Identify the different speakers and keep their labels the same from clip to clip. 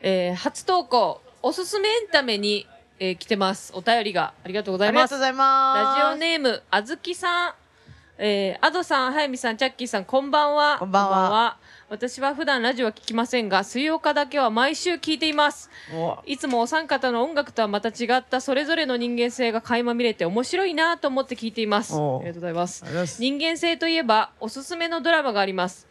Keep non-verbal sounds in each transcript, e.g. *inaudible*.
Speaker 1: えー初投稿、おすすめエンタメに、えー来てます。お便りがありがとうござ
Speaker 2: あ
Speaker 1: い
Speaker 2: りが
Speaker 1: ま
Speaker 2: と
Speaker 1: す
Speaker 2: うご。ざいます。
Speaker 1: ラジオネーム、あずきさん。えー、アドさん、はやみさん、チャッキーさん、こんばんは。
Speaker 2: こんばんは
Speaker 1: 私は普段ラジオは聞きませんが、水曜日だけは毎週聞いています。
Speaker 2: お
Speaker 1: いつもお三方の音楽とはまた違ったそれぞれの人間性が垣間見れて面白いなと思って聞いています。あ
Speaker 2: おう
Speaker 1: りがとうございます
Speaker 2: あ。りがとうございます
Speaker 1: 人間性といえばおすすめのドラマがあります。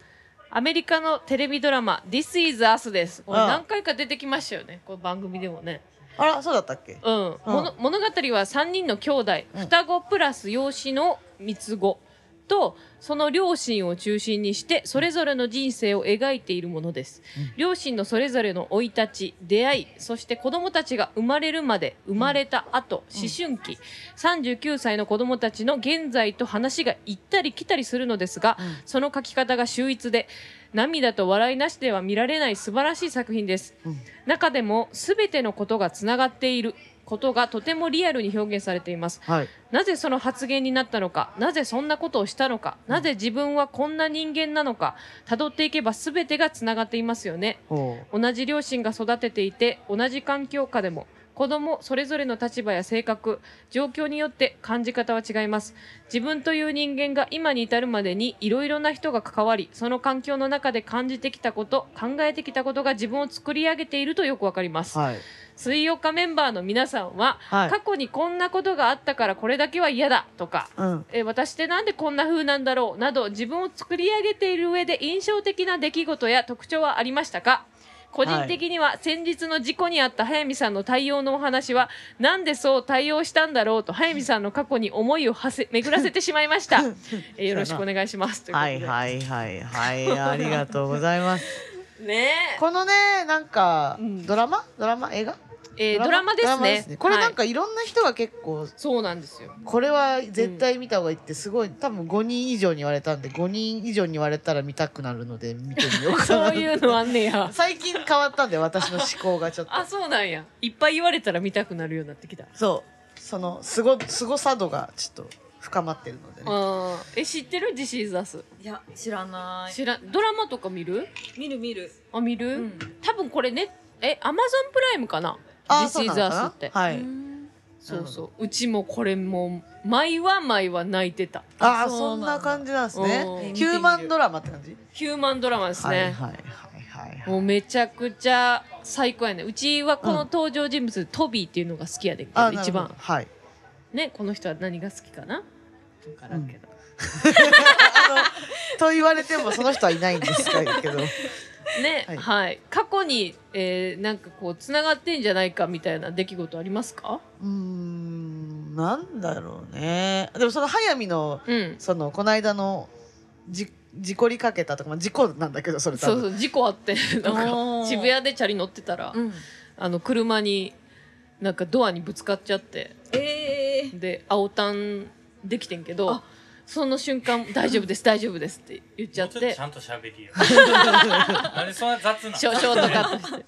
Speaker 1: アメリカのテレビドラマ「This is Us」です。これ
Speaker 2: ああ
Speaker 1: 何回か出てきましたよね、この番組でもね。
Speaker 2: あら、そうだったっけ
Speaker 1: うん、もの物語は3人の兄弟、双子プラス養子の三つ子とその両親を中心にしてそれぞれの人生を描いているものです、両親のそれぞれの生い立ち出会いそして子供たちが生まれるまで生まれた後、思春期39歳の子供たちの現在と話が行ったり来たりするのですが、その書き方が秀逸で涙と笑いなしでは見られない素晴らしい作品です、中でも全てのことがつながっていることがとてもリアルに表現されています
Speaker 2: はい。
Speaker 1: なぜその発言になったのかなぜそんなことをしたのかなぜ自分はこんな人間なのか辿っていけば全てがつながっていますよね
Speaker 2: ほ
Speaker 1: 同じ両親が育てていて同じ環境下でも子供それぞれの立場や性格状況によって感じ方は違います自分という人間が今に至るまでにいろいろな人が関わりその環境の中で感じてきたこと考えてきたことが自分を作り上げているとよくわかります
Speaker 2: う。はい。
Speaker 1: 水曜日メンバーの皆さんは、
Speaker 2: はい
Speaker 1: 過去にこんなことがあったからこれだけは嫌だとか、
Speaker 2: うん。
Speaker 1: えー私ってなんでこんな風なんだろうなど自分を作り上げている上で印象的な出来事や特徴はありましたか個人的には先日の事故にあった早見さんの対応のお話はなんでそう対応したんだろうと早見さんの過去に思いをはせ巡らせてしまいま *laughs* した、えーよろしくお願いしますということ
Speaker 2: は
Speaker 1: で
Speaker 2: いはいはいはい。ありがとうございます。
Speaker 1: *laughs* ね
Speaker 2: このね、なんか、
Speaker 1: うん
Speaker 2: ドラマドラマ映画
Speaker 1: ええードラマですね
Speaker 2: これなん
Speaker 1: はい
Speaker 2: かいろんな人が結構、
Speaker 1: そうなんですよ
Speaker 2: これは絶対見た方がいいってすごい、多分5人以上に言われたんで、5人以上に言われたら見たくなるので見てみようかな。
Speaker 1: そういうのあんねや
Speaker 2: 最近変わったんで、私の思考がちょっと。
Speaker 1: あ、そうなんや。いっぱい言われたら見たくなるようになってき *laughs* た。
Speaker 2: そう。その、すご、すごさ度がちょっと深まってるのでね。
Speaker 1: あーえ、知ってる ?This is Us。
Speaker 3: いや知らな
Speaker 1: 知らん、ドラマとか見る
Speaker 3: い見る見る
Speaker 1: あ、見る、
Speaker 3: うん
Speaker 1: 多分これね、え、Amazon プライムかな
Speaker 2: あ
Speaker 1: ?This
Speaker 2: そう
Speaker 1: is
Speaker 2: なのか
Speaker 1: Us っ
Speaker 2: な
Speaker 1: て。
Speaker 2: はい。
Speaker 1: そうそう。うちもこれも、毎は毎は泣いてた。
Speaker 2: ああ、
Speaker 3: そ
Speaker 2: そ
Speaker 3: うんなんだ
Speaker 2: な感じなんです
Speaker 1: う
Speaker 2: ね
Speaker 1: ん。
Speaker 2: ヒューマンドラマって感じ。
Speaker 1: ヒューマンドラマです
Speaker 2: はい
Speaker 1: ね。
Speaker 2: はいはいはい。
Speaker 1: もうめちゃくちゃ最高やね。うちはこの登場人物、トビーっていうのが好きやで、
Speaker 2: あ、
Speaker 1: 一
Speaker 2: なるほど
Speaker 1: 番。
Speaker 2: はい。
Speaker 1: ね、この人は何が好きかなわからんけど。
Speaker 2: と言われてもその人はいないんですかけど。 *laughs*
Speaker 1: ね、は、
Speaker 2: はいい
Speaker 1: 過去に、えー、なんかこうつながってんじゃないかみたいな出来事ありますか？
Speaker 2: うーん、なんだろうね。でもその早見の
Speaker 1: うん。
Speaker 2: そのこの間のじ事故りかけたとか、まあ事故なんだけどそれ多
Speaker 1: そう
Speaker 2: 分。
Speaker 1: そう事故あ *laughs* ってなん
Speaker 3: お
Speaker 1: か
Speaker 3: ー
Speaker 1: 渋谷でチャリ乗ってたら、
Speaker 3: うん
Speaker 1: あの車になんかドアにぶつかっちゃって
Speaker 3: ええ
Speaker 1: で青タンできてんけど
Speaker 3: あ
Speaker 1: その瞬間大丈夫です大丈夫ですって言っちゃっ
Speaker 4: もうょと
Speaker 1: て
Speaker 4: ちゃんと喋り
Speaker 2: *laughs*
Speaker 4: よなんでそんな雑なの
Speaker 1: 少々とカットして。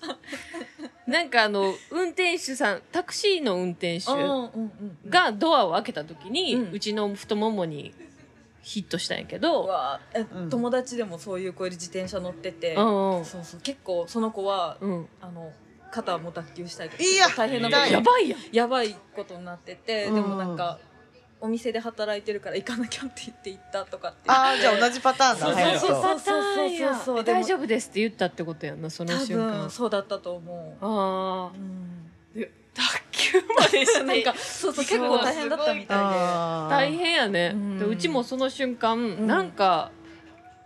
Speaker 1: なんかあの運転手さんタクシーの運転手
Speaker 3: うんうんうん
Speaker 1: がドアを開けた時に、う
Speaker 3: うん
Speaker 1: ちの太ももにヒットしたんやけど、
Speaker 3: うわえ、
Speaker 2: うん
Speaker 3: 友達でもそういう子で自転車乗ってて、
Speaker 1: うん
Speaker 3: そうそう結構その子は、
Speaker 1: うん、
Speaker 3: あの肩も脱臼したりとか
Speaker 2: いや
Speaker 3: 大変なこ
Speaker 2: 痛
Speaker 3: と
Speaker 2: い
Speaker 1: やばいやん
Speaker 3: やばいことになってて、
Speaker 2: うん
Speaker 3: でもなんかお店で働いてるから行かなきゃって言って行ったとかって
Speaker 2: ああ、じゃあ同じパターン
Speaker 4: そ
Speaker 2: だ。
Speaker 4: う
Speaker 2: 早見
Speaker 3: そうそう
Speaker 2: と。
Speaker 3: そう
Speaker 1: え大丈夫ですって言ったってことやんなその
Speaker 3: 多
Speaker 1: 瞬間
Speaker 3: 分そうだったと思
Speaker 1: あ
Speaker 3: う、
Speaker 1: あ
Speaker 3: うん、
Speaker 1: 卓球までして
Speaker 3: なんかそうそう結構大変だったみた
Speaker 2: あー
Speaker 1: 大。変やね
Speaker 3: うん
Speaker 1: でうちもその瞬間、
Speaker 3: ん
Speaker 1: なんか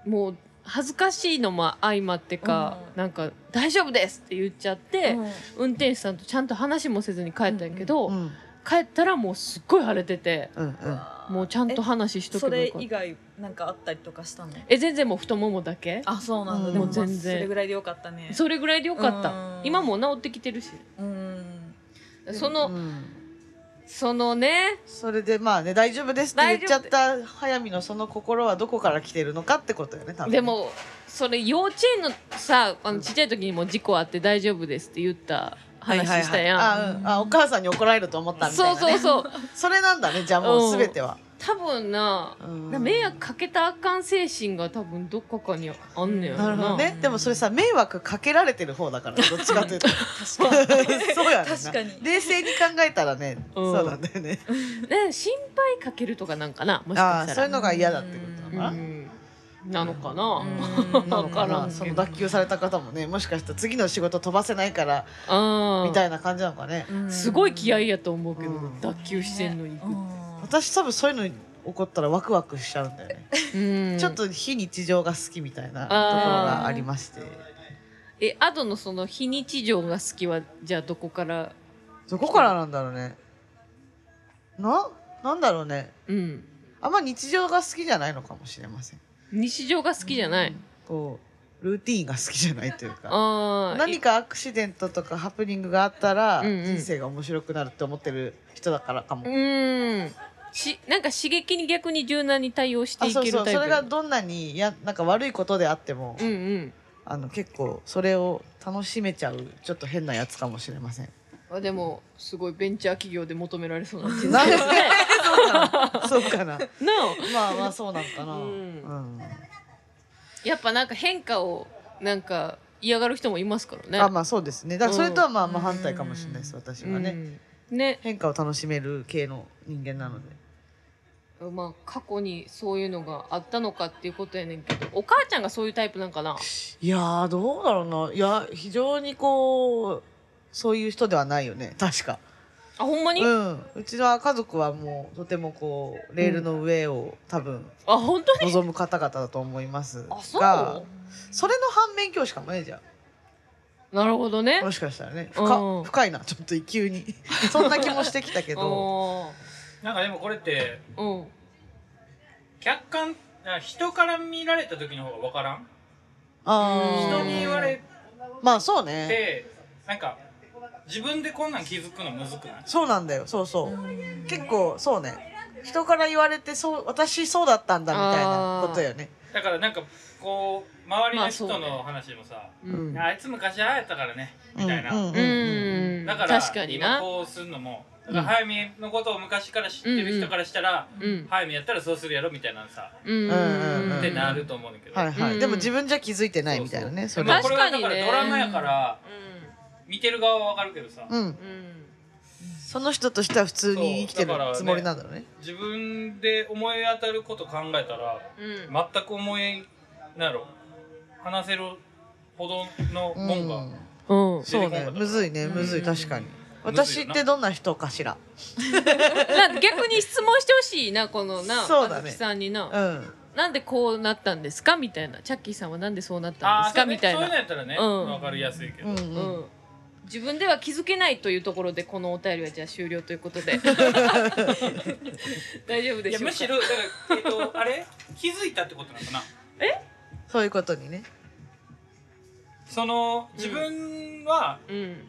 Speaker 1: もう恥ずかしいのも相まってか、
Speaker 3: うん
Speaker 1: なんか「大丈夫です!」って言っちゃっ
Speaker 3: いで、
Speaker 1: て、
Speaker 3: うん
Speaker 1: 運転手さんとちゃんと話もせずに帰ったんやけど、
Speaker 2: うん
Speaker 1: 帰ったらもうすっごい腫れてて
Speaker 2: うんうん。
Speaker 1: もうちゃんと話しとけ
Speaker 3: そ
Speaker 1: ば
Speaker 3: れ
Speaker 1: よかっ
Speaker 3: 以
Speaker 1: た
Speaker 3: 外なんかあったりとかしたの
Speaker 1: え全然もう太ももだけ
Speaker 3: あそうなんだ、
Speaker 2: うん
Speaker 3: でも
Speaker 2: もう
Speaker 3: 全
Speaker 1: 全
Speaker 3: 然
Speaker 1: 然
Speaker 3: それぐらいでよかったね
Speaker 1: それぐらいでよかった
Speaker 3: うん
Speaker 1: 今もう治ってきてるし
Speaker 3: うん
Speaker 1: その、
Speaker 2: うん
Speaker 1: そのね
Speaker 2: それでまあね大丈夫ですって言っちゃった早見のその心はどこから来てるのかってことよね多分ね
Speaker 1: でもそれ幼稚園のさあのちっちゃい時にも事故あって大丈夫ですって言った話したやん、
Speaker 2: はいはいはいあ、うん、あお母さんに怒られると思ったみたい
Speaker 1: そ
Speaker 2: な、
Speaker 1: う
Speaker 2: ね、
Speaker 1: そうそう
Speaker 2: それなんだねじゃあもう全ては、
Speaker 1: 多分な
Speaker 2: うん
Speaker 1: な迷惑かけたらあかん精神が多分どっかかにあんねやろ
Speaker 2: なるほどねでもそれさ迷惑かけられてる方だからどっちかというとそう
Speaker 3: 確か
Speaker 2: やねんな
Speaker 3: 確かに
Speaker 2: 冷静に考えたらね、
Speaker 1: うん
Speaker 2: そうなんだよね
Speaker 1: ね心配かけるとかなんかなもし
Speaker 2: あ
Speaker 1: か
Speaker 2: あ
Speaker 1: し
Speaker 2: そ
Speaker 1: た
Speaker 2: ういう
Speaker 1: ら
Speaker 2: のが嫌だってことなのかな、
Speaker 1: うんなのかな、
Speaker 3: に
Speaker 2: なのか
Speaker 1: わから
Speaker 2: なん
Speaker 1: けど
Speaker 2: その脱臼された方もねもしかしたら次の仕事飛ばせないから
Speaker 1: あー
Speaker 2: みたいな感じなのかね、
Speaker 3: うん
Speaker 1: すごい気合いやと思うけど、
Speaker 2: うん
Speaker 1: 脱臼してんのに、
Speaker 3: うん
Speaker 2: 私多分そういうのに起こったらワクワクしちゃうんだよね、
Speaker 1: うん
Speaker 2: ちょっと非日常が好きみたいなところがありまして
Speaker 1: えアドのその非日常が好きはじゃあどこから
Speaker 2: どこからなんだろうねななんだろうね
Speaker 1: うん
Speaker 2: あんま日常が好きじゃないのかもしれません
Speaker 1: 日常が好きじゃない、
Speaker 2: こうルーティーンが好きじゃないというか
Speaker 1: ああ
Speaker 2: 何かアクシデントとかハプニングがあったら
Speaker 1: うんうん
Speaker 2: 人生が面白くなるって思ってる人だからかも、
Speaker 1: うんしなんか刺激に逆に柔軟に対応して
Speaker 2: あ
Speaker 1: い
Speaker 2: そう
Speaker 1: けるタ
Speaker 2: そ
Speaker 1: イ
Speaker 2: う
Speaker 1: プ
Speaker 2: それがどんなにやなんか悪いことであっても、
Speaker 1: うんうん
Speaker 2: あの結構それを楽しめちゃうちょっと変なやつかもしれません。
Speaker 1: あでもすごいベンチャー企業で求められそうな人
Speaker 2: なん
Speaker 1: 生
Speaker 2: で
Speaker 1: で
Speaker 2: そ
Speaker 1: す
Speaker 2: う
Speaker 1: ね
Speaker 2: かなそうかな
Speaker 1: *laughs* な
Speaker 2: まあまあそうなんかな。
Speaker 1: う
Speaker 2: うんん
Speaker 1: あやっぱなんか変化をなんか嫌がる人もいますからね
Speaker 2: あまあそうですねだからそれとはまあまあ
Speaker 3: うん
Speaker 2: 反対かもしれないです私はね、
Speaker 1: うんね
Speaker 2: 変化を楽しめる系の人間なので
Speaker 1: まあ過去にそういうのがあったのかっていうことやねんけどお母ちゃんがそういうタイプなんかない
Speaker 2: やーどうだろうないや非常にこうそういう人ではないよね確か
Speaker 1: あほんまに、
Speaker 2: うんうちの家族はもうとてもこうレールの上を、多分
Speaker 1: あ本当に
Speaker 2: 望む方々だと思います
Speaker 1: あそう
Speaker 2: がそれの反面教師かもねじゃ
Speaker 1: なるほどね
Speaker 2: あもしかしたらね
Speaker 1: う
Speaker 2: 深
Speaker 1: ん
Speaker 2: 深いなちょっと急 *laughs* にそんな気もしてきたけど
Speaker 4: なんかでもこれって
Speaker 1: あーうん
Speaker 4: 客観あ人から見られた時の方が分からん
Speaker 2: あ
Speaker 4: 人に言われ
Speaker 2: まあそうね
Speaker 4: てなんか自分でこんなん気づくのむずくない
Speaker 2: そうなんだよそうそう結構そうね人から言われてそう私そうだったんだみたいなことよね
Speaker 4: だからなんかこう周り
Speaker 1: ま
Speaker 4: の
Speaker 1: あそう
Speaker 4: 人
Speaker 1: ね
Speaker 4: の話でもさ、
Speaker 1: う
Speaker 2: うんん
Speaker 4: あいつ昔ああやったからねみたいな、
Speaker 2: うんう
Speaker 1: う
Speaker 2: んうん
Speaker 1: ん
Speaker 4: だから
Speaker 1: 確かに
Speaker 4: 今
Speaker 1: な
Speaker 4: こうするのもだから早見のことを昔から知ってる人からしたら、
Speaker 1: うん
Speaker 4: 早見やったらそうするやろみたいなのさ、
Speaker 1: うん
Speaker 2: うんうん
Speaker 4: ってなると思うんだけど、
Speaker 2: はいは
Speaker 1: う
Speaker 2: い
Speaker 1: ん
Speaker 2: でも自分じゃ気づいてないみたいなね
Speaker 4: そ
Speaker 2: そう
Speaker 4: そう
Speaker 2: れ
Speaker 4: まあ
Speaker 2: は
Speaker 4: これはだか
Speaker 1: 確
Speaker 4: ら
Speaker 1: かにね
Speaker 4: ドラマやから見てる側はわかるけどさ、
Speaker 2: うん
Speaker 1: うん
Speaker 2: その人としては普通に生きてる
Speaker 4: そうだからね
Speaker 2: つもりなんだろうね
Speaker 4: 自分で思い当たること考えたら
Speaker 1: うん
Speaker 4: 全く思いなんやろ話せるほどのもんが、
Speaker 2: うん
Speaker 1: うん
Speaker 4: 出
Speaker 2: そ
Speaker 4: て
Speaker 2: う
Speaker 4: こなか
Speaker 2: ね
Speaker 4: った
Speaker 2: むずいねむずい確かに私ってどんな人かしら
Speaker 1: な逆に質問してほしいなこのな
Speaker 2: そうだね
Speaker 1: あずきさんにな、
Speaker 2: うん
Speaker 1: なんでこうなったんですかみたいなチャッキーさんはなんでそうなったん
Speaker 4: あ
Speaker 1: で
Speaker 4: あ
Speaker 1: すかみたい
Speaker 4: そういうの
Speaker 1: な、
Speaker 4: やったらね、
Speaker 1: うん
Speaker 4: わかりやすいけど、
Speaker 2: うん
Speaker 1: う
Speaker 2: うん
Speaker 1: ん、自分では気づけないというところでこのお便りはじゃあ終了ということ
Speaker 4: *laughs*
Speaker 1: で大丈夫で
Speaker 4: い
Speaker 1: しょ
Speaker 4: や
Speaker 1: うか
Speaker 4: むしろだから、え
Speaker 2: *laughs*
Speaker 4: っと、あれ気づいたってことなのかな
Speaker 2: そういうことにね
Speaker 4: その自分は、
Speaker 1: うん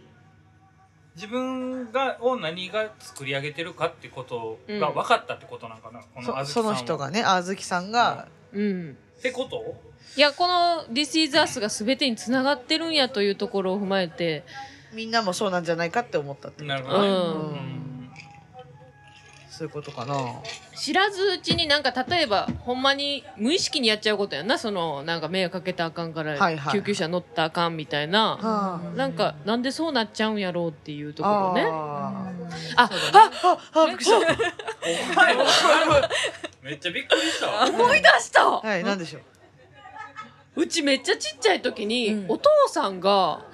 Speaker 4: 自分がを何が作り上げてるかってことが分かったってことなのかな、このあ
Speaker 2: そ
Speaker 4: ずきさ
Speaker 2: そ
Speaker 4: んは
Speaker 2: の人がねあずきさんが
Speaker 1: うん
Speaker 4: ってこと
Speaker 1: いやこの「This is Us」が全てにつながってるんやというところを踏まえて
Speaker 2: みんなもそうなんじゃないかって思ったって
Speaker 4: なるほどね、
Speaker 1: うん
Speaker 4: うん *laughs*
Speaker 2: そういうことかな
Speaker 1: 知らずうちになんか例えばほんまに無意識にやっちゃうことやんなそのなんか迷惑かけたらあかんか
Speaker 2: いはい
Speaker 1: ら
Speaker 2: はい
Speaker 1: 救急車乗ったらあかんみたいな、
Speaker 2: はあ
Speaker 1: なんかなんでそうなっちゃうんやろうっていうところね
Speaker 2: あ
Speaker 1: あ
Speaker 2: ーあああびっくりした
Speaker 4: お前もめっちゃびっくりしたわ
Speaker 1: 思い出した、
Speaker 2: はいなんでしょう
Speaker 1: うちめっちゃちっちゃい時に、
Speaker 3: うん
Speaker 1: お父さんが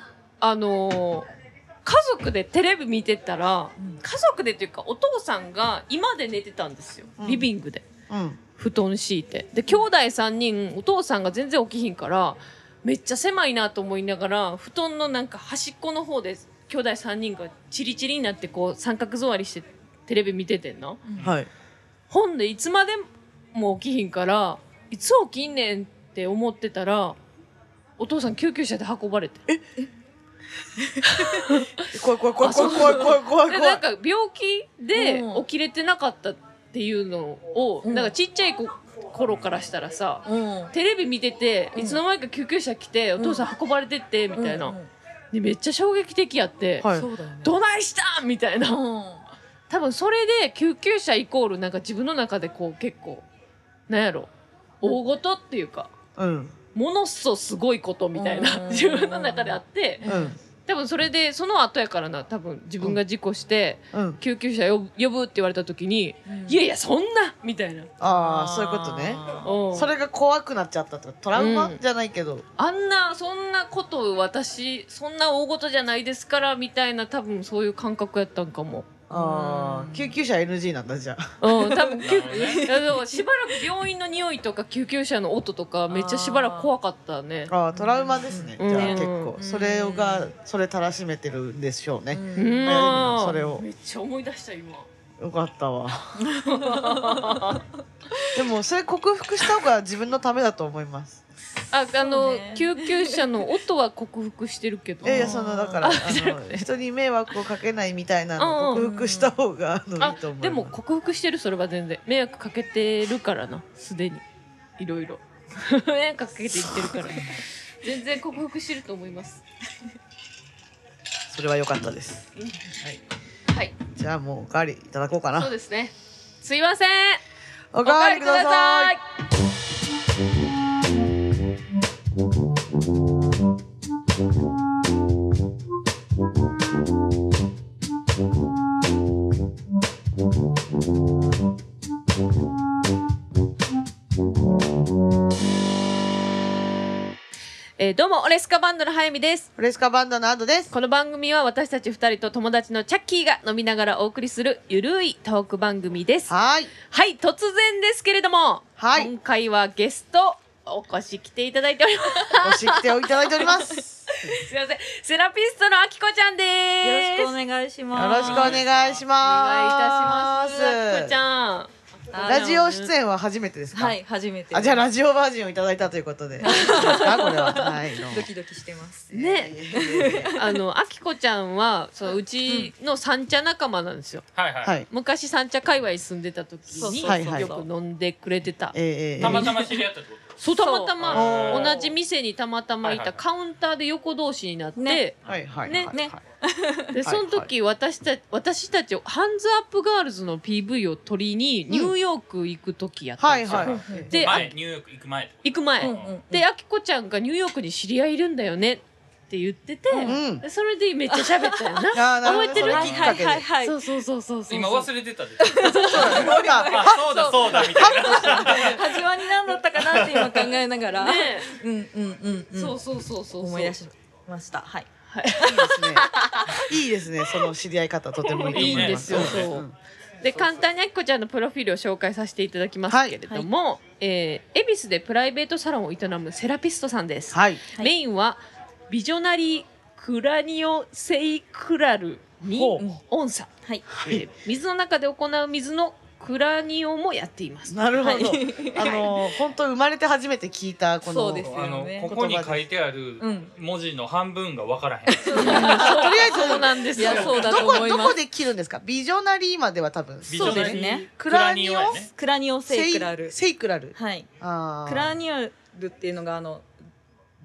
Speaker 1: あのー家族でテレビ見てたら、
Speaker 3: うん
Speaker 1: 家族でっていうかお父さんが今で寝てたんですよ、
Speaker 2: うん
Speaker 1: リビングで
Speaker 2: *laughs* うん
Speaker 1: 布団敷いてで兄弟3人お父さんが全然起きひんからめっちゃ狭いなと思いながら布団のなんか端っこの方で兄弟3人がチリチリになってこう三角座りしてテレビ見ててんな
Speaker 2: はい
Speaker 1: 本でいつまでも起きひんからいつ起きんねんって思ってたらお父さん救急車で運ばれて
Speaker 2: 怖い怖い怖い怖い怖い怖い怖い
Speaker 1: で
Speaker 2: 怖
Speaker 1: ないんか病気で
Speaker 3: うん
Speaker 1: 起きれてなかったっていうのを、
Speaker 3: うん
Speaker 1: なんかちっちゃい子頃からしたらさ、
Speaker 3: うん
Speaker 1: テレビ見てて、
Speaker 3: うん
Speaker 1: いつの間にか救急車来て、
Speaker 3: ん
Speaker 1: お父さん運ばれてってみたいな、
Speaker 3: うんうん
Speaker 1: でめっちゃ衝撃的やって、
Speaker 2: はい
Speaker 3: そうだよね
Speaker 1: どないしたんみたいな
Speaker 3: うん
Speaker 1: 多分それで救急車イコールなんか自分の中でこう結構なんやろ大事っていうか
Speaker 2: うん
Speaker 1: ものっそすごいことみたいうなん自分の中であって
Speaker 2: うん
Speaker 1: 多分それでその後やからな多分自分が事故して
Speaker 2: うん
Speaker 1: 救急車呼ぶ呼ぶって言われた時に「いやいやそんな!」みたいな
Speaker 2: ああそういうことね
Speaker 1: うん
Speaker 2: それが怖くなっちゃったとかトラウマ
Speaker 1: うん
Speaker 2: じゃないけど
Speaker 1: あんなそんなこと私そんな大事じゃないですからみたいな多分そういう感覚やったんかも。
Speaker 2: ああ救急車 NG なんだじゃあ *laughs*
Speaker 1: うん、多分救
Speaker 4: なるほどね
Speaker 1: いやでもしばらく病院の匂いとか救急車の音とかめっちゃしばらく怖かったね。
Speaker 2: あートラウマですね、
Speaker 1: うん
Speaker 2: じゃあ
Speaker 1: うん
Speaker 2: 結構
Speaker 3: うん
Speaker 2: それがそれたらしめてるんでしょうね、
Speaker 1: う
Speaker 3: うん
Speaker 1: ん
Speaker 2: 今それを
Speaker 1: めっちゃ思い出した今。
Speaker 2: よかったわでもそれ克服した方が自分のためだと思います
Speaker 1: ああの、
Speaker 3: そうね
Speaker 1: 救急車の音は克服してるけど。
Speaker 2: いやいやそのだ
Speaker 1: *laughs*
Speaker 2: からあ
Speaker 1: あじゃなく
Speaker 2: の
Speaker 1: て
Speaker 2: 人に迷惑をかけないみたいな
Speaker 1: うん
Speaker 2: の
Speaker 1: う
Speaker 2: を
Speaker 1: ん
Speaker 2: 克服した方があのい
Speaker 1: あ
Speaker 2: いと思います
Speaker 1: でも克服してるそれは全然迷惑かけてるからなすでにいろい *laughs* ろ迷惑かけていってるから
Speaker 2: *laughs*
Speaker 1: 全然克服してると思います。
Speaker 2: それは良かったです
Speaker 1: はい
Speaker 2: じゃあもうおかわりいただこうか
Speaker 1: そ
Speaker 2: な
Speaker 1: うですね。すいません。
Speaker 2: おかわりください
Speaker 1: えーどうもオレスカバンドの早見です。
Speaker 2: フレスカバンドのアドです
Speaker 1: この番組は私たち二人と友達のチャッキーが飲みながらお送りするゆるいトーク番組です。
Speaker 2: はーい
Speaker 1: はい、突然ですけれども、
Speaker 2: はい
Speaker 1: 今回はゲストお越し来ていただいております。 *laughs*
Speaker 2: ご指摘をいただいております
Speaker 1: すいません、セラピストのあきこちゃんです。
Speaker 3: よろしくお願いし
Speaker 2: よ
Speaker 3: ま
Speaker 2: ろし
Speaker 3: す。
Speaker 2: くお願いしま
Speaker 1: お願いいたしま
Speaker 2: す
Speaker 1: す。あきこちゃん。
Speaker 2: ラジオ出演は初めてですか
Speaker 3: はい、初めて。
Speaker 2: あじゃあラジオバージョンをいただいたということでいいですかこれははいどうも
Speaker 3: ドキドキしてます。
Speaker 1: ね、
Speaker 2: いえいえいえ
Speaker 1: あの、あきこちゃんは、そのうちの三茶仲間なんですよ。
Speaker 4: はいはい、
Speaker 2: はい
Speaker 1: 昔三茶界隈住んでた時
Speaker 3: そう
Speaker 1: に、
Speaker 3: そう
Speaker 2: そう
Speaker 1: よく飲んでくれてた。
Speaker 2: ええ
Speaker 4: たまたま知り合ったってこ
Speaker 1: そうたまたま
Speaker 4: そう
Speaker 1: 同じ店にたまたまい
Speaker 4: はいは
Speaker 1: た
Speaker 4: い
Speaker 1: カウンターで横同士になって、
Speaker 3: ね
Speaker 2: はいはい
Speaker 1: ね
Speaker 2: はい
Speaker 3: ね
Speaker 2: はい
Speaker 1: でその時私たち私たちハンズアップガールズの PV を撮りにニューヨーク行く時やったん
Speaker 2: は
Speaker 1: で
Speaker 2: い
Speaker 1: すよ、
Speaker 2: はい
Speaker 3: うん
Speaker 1: で
Speaker 4: と
Speaker 1: あ
Speaker 4: 前ニューヨーク行く前
Speaker 1: 行く前、
Speaker 3: うんうん
Speaker 1: であきこちゃんがニューヨークに知り合いいるんだよねって言ってて、
Speaker 2: うん
Speaker 1: でそれでめっちゃ喋ったよな
Speaker 2: あーなほど
Speaker 1: 覚えてる
Speaker 2: その
Speaker 3: は
Speaker 2: き
Speaker 3: い
Speaker 2: っ
Speaker 3: は
Speaker 2: か
Speaker 3: い
Speaker 2: けで
Speaker 3: *laughs* はいはい。
Speaker 1: そうそうそうそうそう
Speaker 4: 今忘れてたで
Speaker 2: そうだねもう今
Speaker 3: *laughs*
Speaker 4: あそうだそうだみたいな
Speaker 3: 始まりなんだったかなって今考えながら。
Speaker 1: ね
Speaker 3: うんうんうん
Speaker 1: え
Speaker 3: うん。
Speaker 1: そうそうそうそう
Speaker 3: 思い出しました。はい。
Speaker 2: *laughs* いいですねいいですねその知り合い方とてもいいと思います
Speaker 1: いいんですよそう
Speaker 2: うん
Speaker 1: で簡単にあきこちゃんのプロフィールを紹介させていただきますけれども、えー恵比寿でプライベートサロンを営むセラピストさんです、
Speaker 2: はい
Speaker 3: はい
Speaker 1: メインはビジョナリークラニオセイクラルに
Speaker 2: ほう
Speaker 1: 音叉、
Speaker 3: はい。
Speaker 1: えー水の中で行う水のクラニオもやっています
Speaker 2: なるほ
Speaker 3: *laughs*
Speaker 2: ど
Speaker 3: はい
Speaker 2: あの本当生まれて初めて聞いたこの
Speaker 3: そうですよね
Speaker 4: あのここに書いてある
Speaker 3: うん
Speaker 4: 文字の半分が分からへん
Speaker 2: とりあえず
Speaker 1: そうなんです
Speaker 3: い
Speaker 1: よ
Speaker 3: や *laughs* そうだ
Speaker 2: ど
Speaker 3: と
Speaker 2: こ
Speaker 3: 思い
Speaker 2: ど
Speaker 3: ま
Speaker 2: こ
Speaker 3: す。
Speaker 2: で切るんですかビジョナリーまでは多分
Speaker 4: 美女
Speaker 3: そうです
Speaker 4: なり
Speaker 3: ね
Speaker 2: クラニオ
Speaker 4: やね
Speaker 3: クラニオセイクラル。
Speaker 2: セイクラル
Speaker 3: はい。
Speaker 2: あー
Speaker 3: クラニオルっていうのがあの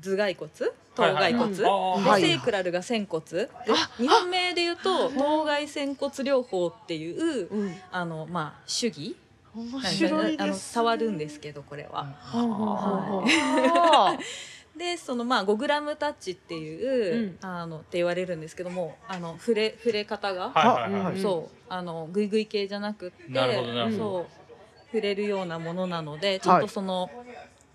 Speaker 3: 頭蓋骨、頭蓋骨。
Speaker 1: うん
Speaker 4: あー
Speaker 2: はい
Speaker 3: でセイクラルが仙骨で日本名で言うと頭蓋仙骨療法っていう
Speaker 1: うん
Speaker 3: あのまあ主義
Speaker 2: 面
Speaker 3: なんか
Speaker 2: 白い
Speaker 3: あ
Speaker 2: で
Speaker 3: の
Speaker 2: す
Speaker 3: 触るんですけどこれは。
Speaker 1: は
Speaker 2: あ
Speaker 3: でそのまあ5グラムタッチっていう、
Speaker 1: うん
Speaker 3: あのって言われるんですけどもあの触れ触れ方が、
Speaker 4: はいはいは
Speaker 1: うん
Speaker 4: い
Speaker 3: そうあのグイグイ系じゃなくって
Speaker 4: なるほど
Speaker 1: る
Speaker 4: な
Speaker 1: ほど
Speaker 3: そう触れるようなものなのでちょっとその、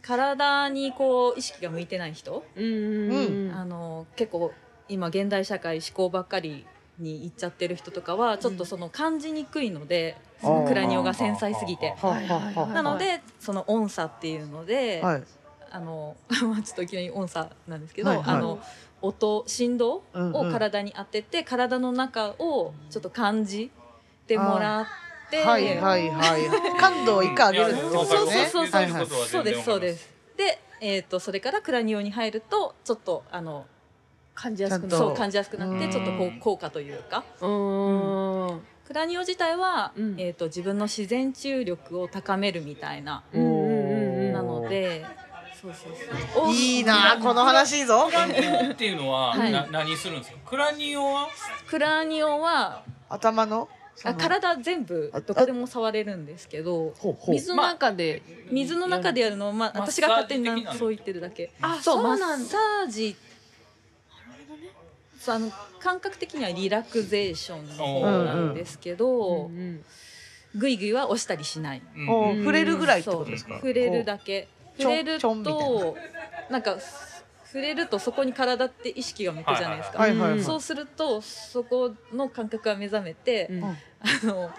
Speaker 3: 体にこう意識が向いてない人、
Speaker 1: いうんうん
Speaker 3: あの結構今現代社会思考ばっかりに行っちゃってる人とかはちょっとその感じにくいので、
Speaker 2: うん
Speaker 3: そのクラニオが繊細すぎて
Speaker 4: あ。
Speaker 2: ーはあはあはあ
Speaker 3: なのでその音差っていうので、
Speaker 2: はい
Speaker 3: あの *laughs* まあちょっといきなり音差なんですけど、
Speaker 2: はいはい
Speaker 3: あの音振動
Speaker 2: うんう
Speaker 3: を
Speaker 2: ん
Speaker 3: 体に当てて、体の中をちょっと感じてもらって
Speaker 2: はいはいはい感度を以下上げるってこ
Speaker 3: そ
Speaker 2: と
Speaker 3: うそう
Speaker 2: ですね
Speaker 3: そうそう、
Speaker 2: はいはい
Speaker 4: そう
Speaker 3: そうですそうですで、えー、とそれからクラニオに入るとちょっとあの
Speaker 1: 感じやすく
Speaker 2: ちゃん
Speaker 1: な
Speaker 3: そ
Speaker 2: と
Speaker 1: る
Speaker 3: う感じやすくなって
Speaker 2: うん
Speaker 3: ちょっとこう効果というか
Speaker 1: うーん
Speaker 3: クラニオ自体は、
Speaker 1: うん
Speaker 3: えー、と自分の自然治癒力を高めるみたいな、
Speaker 1: うんうんうんうん
Speaker 3: なのでそうそうそうお
Speaker 2: いいなあこの話いいぞ
Speaker 4: クラニオっていうのは、
Speaker 3: はい
Speaker 4: な何するんですかクラニオは
Speaker 3: クラニオは
Speaker 2: 頭のそ
Speaker 3: あ
Speaker 2: の
Speaker 3: 体全部
Speaker 2: あ
Speaker 3: どこでも触れるんですけど
Speaker 2: ほうほう
Speaker 1: 水の中で、
Speaker 3: 水の中でやるのは、まあ、
Speaker 4: マッサー
Speaker 3: 私
Speaker 4: ジ
Speaker 3: が勝手にな
Speaker 4: 的なの
Speaker 3: そう言ってるだけ
Speaker 1: あ
Speaker 3: そうマ
Speaker 1: そう
Speaker 3: ッ
Speaker 1: なん
Speaker 3: サ
Speaker 1: だ
Speaker 3: ージそうあの感覚的にはリラクゼーションの方なんですけ
Speaker 1: こ
Speaker 3: ど
Speaker 1: ううん
Speaker 3: グイグイは押したりしない
Speaker 4: うん
Speaker 2: おう触れるぐらいってことです
Speaker 3: そう
Speaker 2: か
Speaker 3: 触れるだけ
Speaker 2: ちょ
Speaker 3: 触れる
Speaker 2: ちょんみたいな
Speaker 3: となんか触れるとそこに体って意識が向くじゃないですか、
Speaker 2: はいはいはい、
Speaker 1: うん
Speaker 3: そうするとそこの感覚が目覚めて、
Speaker 1: うん
Speaker 3: あの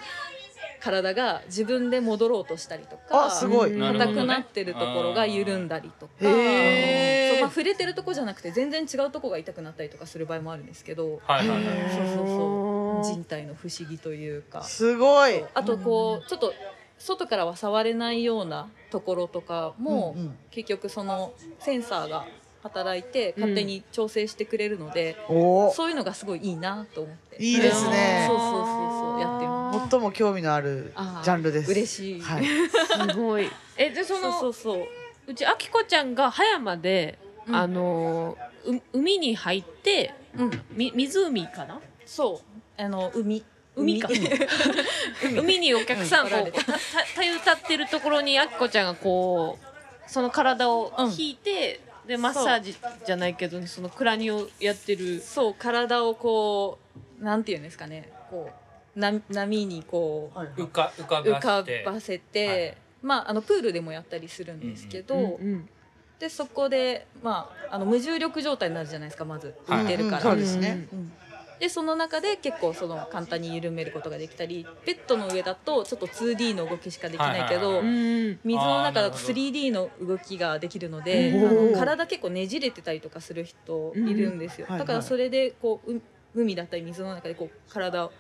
Speaker 3: 体が自分で戻ろうとしたりとか
Speaker 2: あすごい、
Speaker 1: うん
Speaker 4: なる
Speaker 3: 硬
Speaker 4: ほど
Speaker 3: くな
Speaker 4: ね
Speaker 3: ってるところが緩んだりとか、
Speaker 2: あーへー
Speaker 3: そうまあ、触れてるとこじゃなくて全然違うとこが痛くなったりとかする場合もあるんですけど
Speaker 4: はいはいはい
Speaker 2: へ
Speaker 3: そうそうそう
Speaker 1: じ
Speaker 3: 人体の不思議というか
Speaker 2: すごい
Speaker 3: あとこうちょっと外からは触れないようなところとかも、
Speaker 2: うんうん
Speaker 3: 結局そのセンサーが働いて勝手に調整してくれるので、
Speaker 2: おお
Speaker 3: そういうのがすごいいいなと思って
Speaker 2: いいですね
Speaker 3: そうそうそうそうやってます
Speaker 1: ます
Speaker 2: 最も興味のあるジャンルです
Speaker 3: 嬉しい、
Speaker 2: はい、
Speaker 1: すごいえでそ
Speaker 3: そ
Speaker 1: の
Speaker 3: うそうそう
Speaker 1: うちあきこちゃんが葉山で、
Speaker 3: うん
Speaker 1: あのーう海に入って
Speaker 3: うん
Speaker 1: み湖かな
Speaker 3: そうあの海
Speaker 1: 海か海にお客さんをこうたたたゆたってるところにあきこちゃんがこうその体を引いて、でマッサージじゃないけどそのクラニをやってる
Speaker 3: そう体をこうなんていうんですかねこうな波にこう
Speaker 4: 浮か浮か
Speaker 3: 浮
Speaker 4: ば
Speaker 3: か
Speaker 4: して
Speaker 3: ばせて、
Speaker 4: はい
Speaker 3: まああのプールでもやったりするんですけど、
Speaker 1: うんうん
Speaker 3: でそこでまああの無重力状態になるじゃないですかまず
Speaker 4: は
Speaker 3: 浮
Speaker 4: い
Speaker 3: いてるから。
Speaker 2: そうですね、
Speaker 3: でその中で結構その簡単に緩めることができたりベッドの上だとちょっと 2D の動きしかできないけど、
Speaker 4: はいはいは
Speaker 1: う
Speaker 4: い
Speaker 1: ん
Speaker 3: 水の中だと
Speaker 4: あーなるほど
Speaker 3: 3D の動きができるので
Speaker 1: おー
Speaker 3: あの体結構ねじれてたりとかする人いるんですよ、
Speaker 2: うんはい
Speaker 3: だからそれでこうう海だったり水の中でこう体